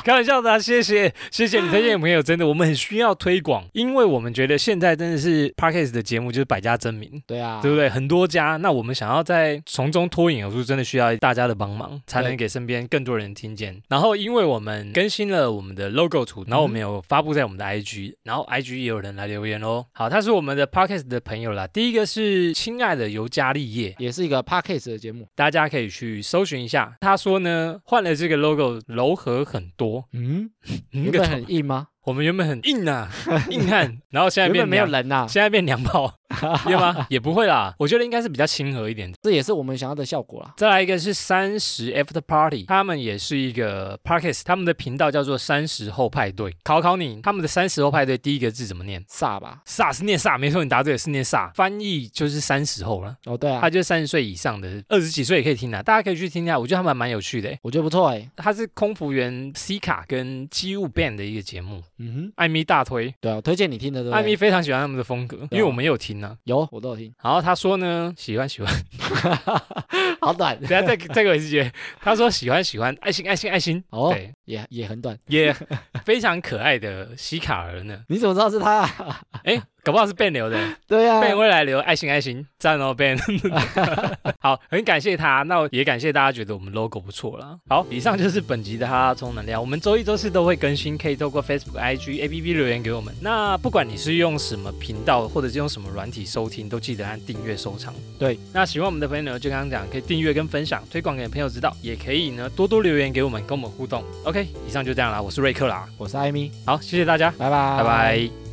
[SPEAKER 1] 开玩笑的、啊，谢谢谢谢你推荐给朋友，真的我们很需要推广，因为我们觉得现在真的是 Parkes 的节目就是百家争鸣。
[SPEAKER 2] 对啊，
[SPEAKER 1] 对不对？很多家，那我们想要在从中脱颖而出，真的需要大家的帮忙，才能
[SPEAKER 2] 对
[SPEAKER 1] 给身边更多人听见。然后，因为我们更新了我们的 logo 图，然后我们有发布在我们的 IG，然后 IG 也有人来留言哦。好，他是我们的 Parkes 的朋友啦。第一个是亲爱的尤加利叶，
[SPEAKER 2] 也是一个 podcast 的节目。
[SPEAKER 1] 大家可以去搜寻一下。他说呢，换了这个 logo，柔和很多。
[SPEAKER 2] 嗯，
[SPEAKER 1] 嗯
[SPEAKER 2] 原
[SPEAKER 1] 个
[SPEAKER 2] 本
[SPEAKER 1] 头
[SPEAKER 2] 很硬吗？
[SPEAKER 1] 我们原本很硬啊，硬汉，然后现在
[SPEAKER 2] 原
[SPEAKER 1] 变
[SPEAKER 2] 本没有
[SPEAKER 1] 凉
[SPEAKER 2] 人啊呐、
[SPEAKER 1] 现在变娘炮，对吗？也不会啦，我觉得应该是比较亲和一点的。
[SPEAKER 2] 这也是我们想要的效果啦。
[SPEAKER 1] 再来一个是三十 After Party，他们也是一个 Parkes，他们的频道叫做三十后派对。考考你，他们的三十后派对第一个字怎么念？
[SPEAKER 2] 煞吧？
[SPEAKER 1] 煞是念煞，没错，你答对了，是念煞。翻译就是三十后了，
[SPEAKER 2] 哦，对啊
[SPEAKER 1] 他，就是三十岁以上的，二十几岁也可以听啊，大家可以去听一下，我觉得他们还蛮有趣的欸。
[SPEAKER 2] 我觉得不错哎、
[SPEAKER 1] 他是空服员 C 卡跟机务 band 的一个节目，
[SPEAKER 2] 嗯哼，
[SPEAKER 1] 艾米大推，
[SPEAKER 2] 对啊，我推荐你听的，对不
[SPEAKER 1] 艾米
[SPEAKER 2] 对？
[SPEAKER 1] 非常喜欢他们的风格，因为我们也有听啊。
[SPEAKER 2] 有，我都有 [LAUGHS] 听，
[SPEAKER 1] 然后他说呢，喜欢喜欢，
[SPEAKER 2] 好短，
[SPEAKER 1] 等一下再再给我一次机会。他说喜欢喜欢，爱心爱心爱心，
[SPEAKER 2] 哦，
[SPEAKER 1] 对，
[SPEAKER 2] 也也很短。
[SPEAKER 1] 也非常可爱的西卡尔呢。
[SPEAKER 2] 你怎么知道是他、啊
[SPEAKER 1] 哎，搞不好是 Ben 留的
[SPEAKER 2] 对啊，
[SPEAKER 1] ，Ben 未来留爱心爱心，赞哦 Ben。好，很感谢他，那也感谢大家觉得我们 logo 不错啦。好，以上就是本集的哈拉充能量，我们周一、周四都会更新，可以透过 Facebook、IG、APP 留言给我们。那不管你是用什么频道，或者是用什么软体收听，都记得按订阅收藏。
[SPEAKER 2] 对，
[SPEAKER 1] 那喜欢我们的朋友呢，就刚刚讲，可以订阅跟分享，推广给朋友知道，也可以呢多多留言给我们，跟我们互动。OK，以上就这样啦，我是瑞克啦，
[SPEAKER 2] 我是艾米，
[SPEAKER 1] 好，谢谢大家。
[SPEAKER 2] 拜拜，
[SPEAKER 1] 拜拜。